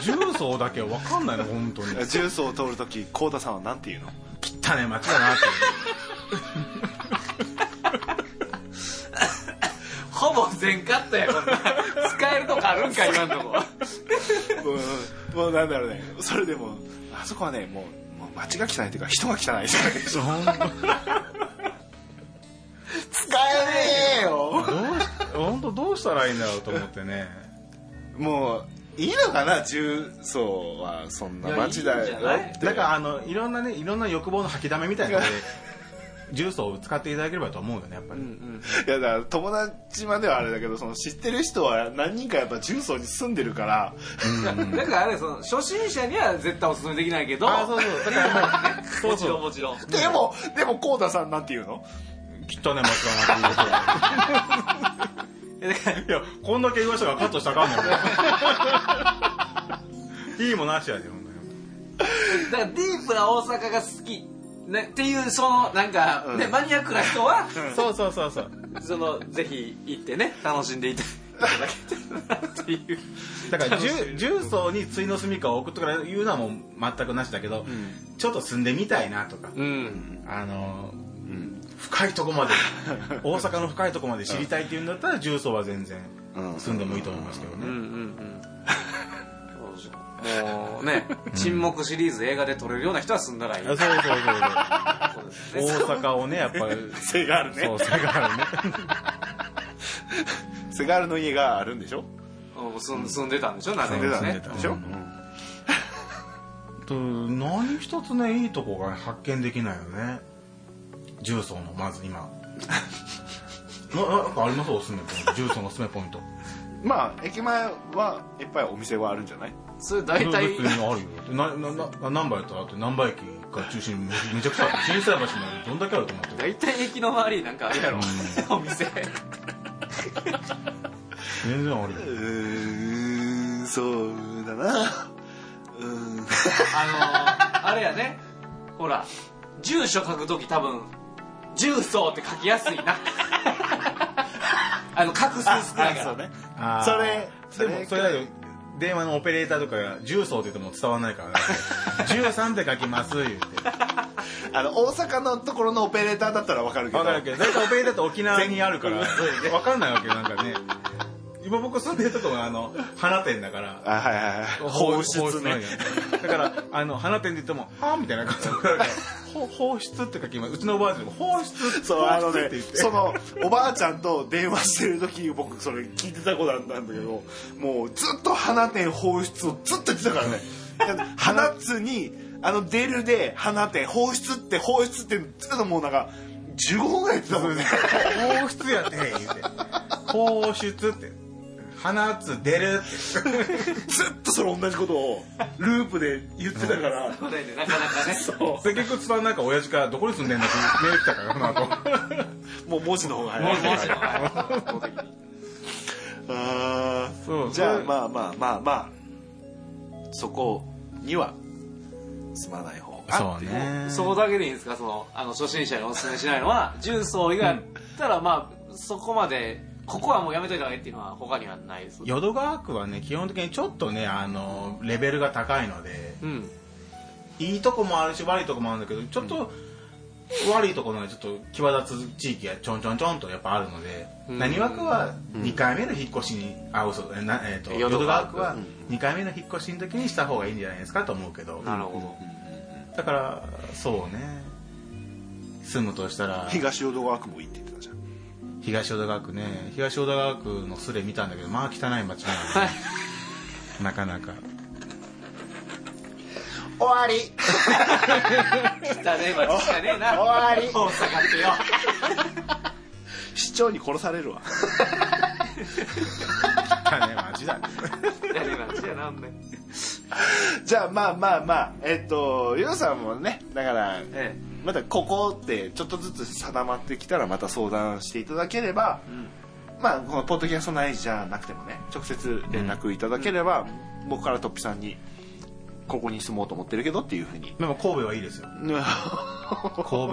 重曹だけは分かんないの、本当に。重曹を通るとき幸田さんはなんて言うの汚い街だなって。ほぼ全カットやこんな使えるとこあるんか今んとこもうもうなんだろうねそれでもあそこはねもうもう街が汚いというか人が汚いですそうほん 使えねえよとどうし、本当どうしたらいいんだろうと思ってね。もういいのかな重曹はそんないや街だいいんよじゃないだから、あの、いろんなね、いろんな欲望の吐き溜めみたい なので、重曹を使っていただければと思うよね、やっぱり。いやだから友達まではあれだけどその知ってる人は何人かやっぱ重曹に住んでるからだからあれその初心者には絶対おすすめできないけどあそうそうだから もうもちろんもちろんでもでも幸田さんなんて言うのきっとね松田なってえだから いやこんだけ言わしたからカットしたらあかんも んねいいもなしやでほんとにだからディープな大阪が好きねっていうそのなんか、ねマニアックな人は、そうそうそうそうそのぜひ行ってね楽しんでいただけたらなっていうだから重重曹に対の住みかを置くとかいうのはもう全くなしだけど、ちょっと住んでみたいなとか、うんあのー深いとこ まで大阪の深いとこまで知りたいっていうんだったら重曹は全然住んでもいいと思いますけどうんうねんうんそうでしょうもうね沈黙シリーズ映画で撮れるような人は住んだらいいそうそう そうそうですねそう大阪をねやっぱ りセガールねそうそれがあるねセガールの家があるんでしょうん住ん住んでたんでしょ何住ん年でかたんねでしょ、と何一つねいいとこが発見できないよね重曹のまず今ななんかありますおすすめポイント重曹のおすすめポイントまあ駅前はいっぱいお店はあるんじゃないそれ大体別にあるよななな何倍やったらあと何倍駅が中心にめめちゃくちゃある新鮮橋までどんだけあると思ってる大体駅の周りなんかあるやろ お店全然あるようーんそうだなうーんあのー、あれやね、ほら、住所書くとき多分、重曹って書きやすい な。あの、画数少ないから。ねあーそれでもそれだよ電話のオペレーターとかが重曹って言っても伝わらないから、ね、13って書きます言ってあの大阪のところのオペレーターだったらわかるけど分かるけど大体オペレーターって沖縄にあるから分かんないわけよなんかね今僕住んでるとこがあの花店だからあはいはいはい放出ね。だから、あの、花店で言っても、はぁみたいな感じだから、ほ放出って書きます。うちのおばあちゃんも、放出そうあの 放出ねって言って。そのおばあちゃんと電話してる時僕それ聞いてたことあったんだけどもうずっと花店放出をずっと言ってたから ね花つにあの出るで花店放出って放出ってずっともうなんか15分ぐらい言ってた もんね放出やって、言って。放出って。花つ出るっずっとそれ同じことをループで言ってたからこれでなかなかね。て。結局、つたなんか親父から、どこに住んでんだってメール来たから、この後。もう文字の方がもう早い文字のはい一方的にあーそ うじゃあそれまあまあまあまあそこには住まない方がそうねそこだけでいいんですかその、あの、初心者にお勧めしないのは、重曹以外だったら、まあ、そこまで、ここはもうやめといた方がいいっていうのは他にはないです。淀川区はね、基本的にちょっとね、あの、レベルが高いので、うん。いいとこもあるし悪いとこもあるんだけどちょっと悪いところがちょっと際立つ地域がちょんちょんちょんとやっぱあるのでうんなにわ区は2回目の引っ越しにあ嘘えなえーと淀川区淀川区は2回目の引っ越しの時にした方がいいんじゃないですかと思うけどなるほだからそうね住むとしたら東淀川区もいいって言ってたじゃん東淀川区ね東淀川区のスレ見たんだけどまあ汚い街な のでなかなか終わりど。汚ねえ街しかねえな。終わり大阪ってよ。市長に殺されるわ汚い街だね汚ねえ街やな、ほんで。じゃあまあまあまあえっとヨウさんもねだからええ。またここってちょっとずつ定まってきたらまた相談していただければ、まあこのポッドキャスト内じゃなくてもね直接連絡いただければ、僕からとっぴさんにここに住もうと思ってるけどっていうふうにでも神戸はいいですよ神戸神戸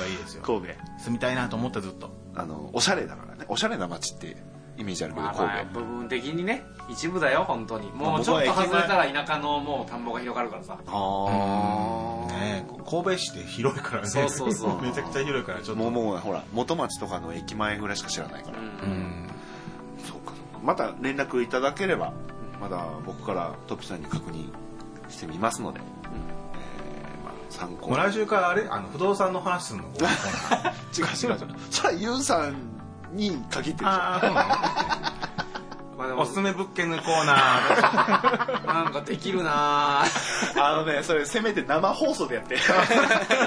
はいいですよ神戸住みたいなと思ったずっとあのおしゃれだからねおしゃれな街ってイメージあるけどまあ神戸、まあ部分的にね一部だよ本当にまもあう僕ちょはっ駅と前外れたら田舎のもう田んぼが広がるからさあ あ、ねえ、神戸市って広いからねそうそうそうめちゃくちゃ広いからちょっもうともうほら元町とかの駅前ぐらいしか知らないから、うんそうかそうかまた連絡いただければまだ僕からトップさんに確認してみますので、えーまあ、参考もう来週からあれあの不動産の話すんの違う違う 違うそれはユウさんに限ってるじゃんああまあでそうなのもおすすめ物件のコーナーなんかできるなぁあのねそれせめて生放送でやって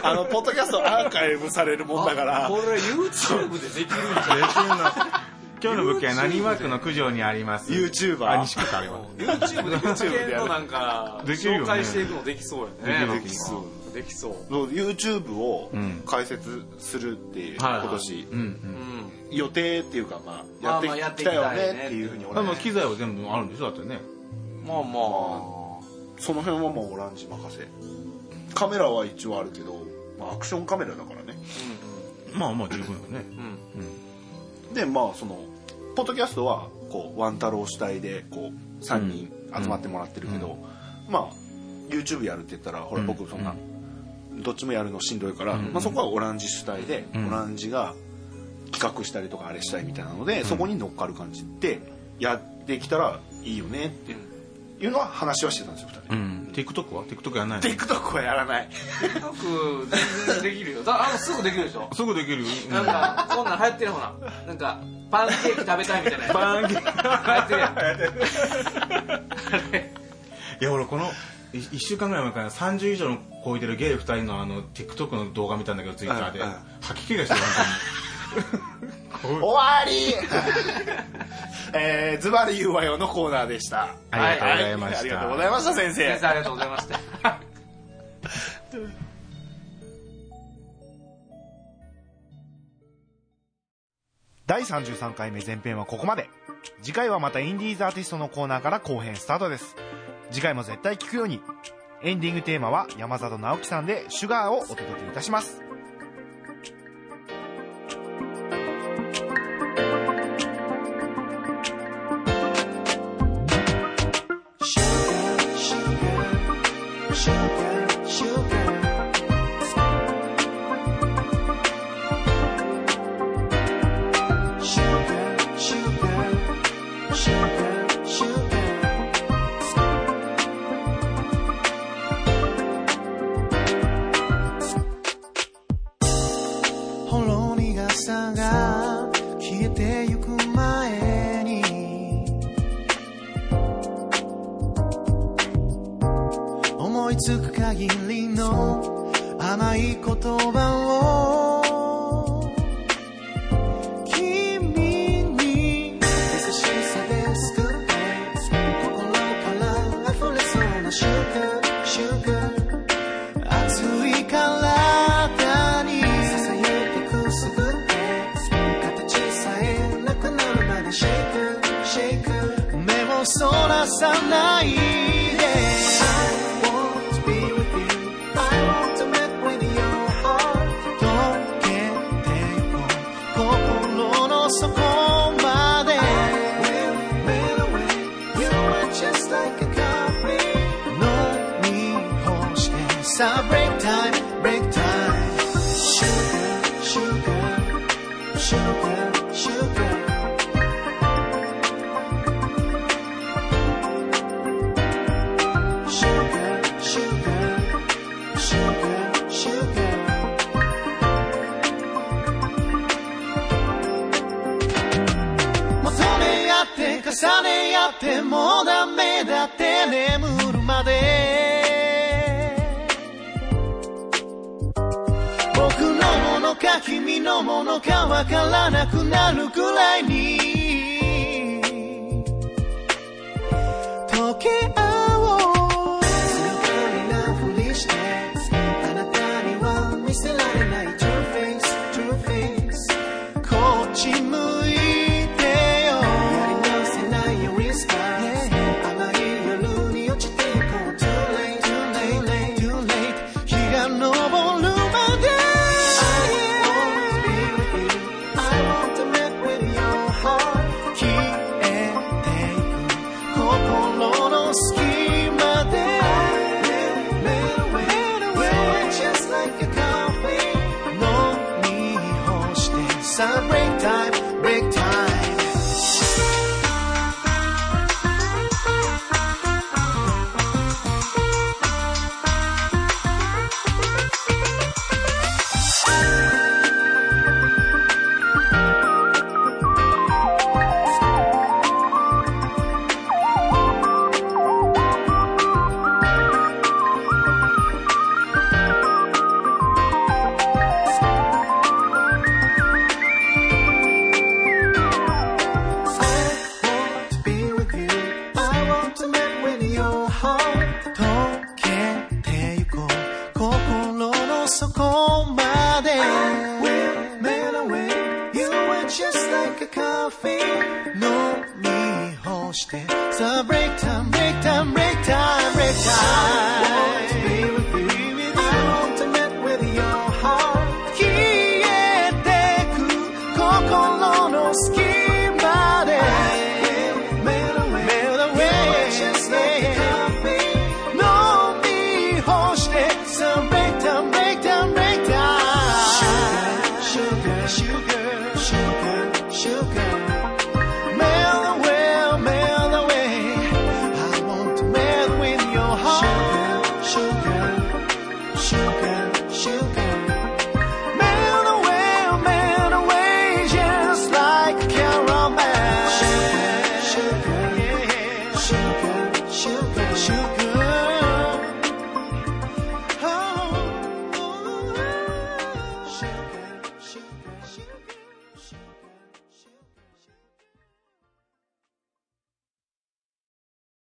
あのポッドキャストアーカイブされるもんだからこれ YouTube でできるんじゃん別にな今日の物件は何枠の九条にあります YouTuber あ西区かあれは YouTube で物件のなんかできるよね紹介していくのできそうやねできそうできそうそう YouTube をうん開設するっていう、はいはい今年うんううんん予定っていうかまあまあまあやってきたよやっていきたいねねっていうふうにで俺も機材は全部あるんでしょだってねまあまその辺はもうオランジ任せカメラは一応あるけど、まあ、アクションカメラだからねまあまあ十分よねあうんうんでまあそのポッドキャストはこうワン太郎主体でこう3人集まってもらってるけど、まあ YouTube やるって言ったらほらうん僕そんな、どっちもやるのしんどいから、まあ、そこはオランジ主体で、オランジが企画したりとかあれしたりみたいなので、そこに乗っかる感じでやってきたらいいよねっていうのは話はしてたんですよ2人。うん。TikTok は ?TikTok やんないの TikTok はやらないよく全然できるよだあのすぐできるでしょすぐできるよ。なんかそんなん流行ってるほらなんかパンケーキ食べたいみたいなパンケーキ流行ってるやんあれいや、俺この、い一週間ぐらい前から30以上の超えてるゲイ二人のあの、TikTok の動画見たんだけど、Twitter で。うんうん吐き気がしてる、終わり えー、ズバリ言うわよのコーナーでした本当に。ありがとうございまあしりた。がとうございました先生先生ありがとうございました第33回目前編はここまで次回はまたインディーズアーティストのコーナーから後編スタートです次回も絶対聞くようにエンディングテーマは山里直樹さんで「シュガーをお届けいたしますほろ苦さが消えてゆく前に思いつく限りの甘い言葉を君に優しさで救って心から溢れそうな瞬間瞬間熱い体に囁いてくすぐって形さえなくなるまでシェイクシェイク目をそらさないで I want to be with you I want to make with your heart 溶けていこう心の底まで I will melt away You are just like a coffee 飲み干してさあ break time break time Sugar sugar sugar sugar Sugar sugar sugar sugar 求め合って重ね合ってもうダメだって眠るまで僕のものか君のものかわからなくなるくらいに溶け合おう静かになふりしてあなたには見せられない True face True face こっち向いてよやり直せないよリスク甘い夜に落ちていこう Too late Too late Too late 日が昇るまで I want to be with you I want to make with your heart 消えていく心の隙間で Little way You're just like a coffee 飲み干してさあ Break time Break time 「I want to be with you」「I want to make with your heart」「溶けてゆこう心の底まで」「We'll melt away You are just like a coffee」「飲み干して」「さあ break time break time break time break time」「I want to be with you」「I want to make with your heart」「消えてく心の隙間で」「melt away melt away just like a coffee」「飲み干して」「さあ break time break your heart Oh,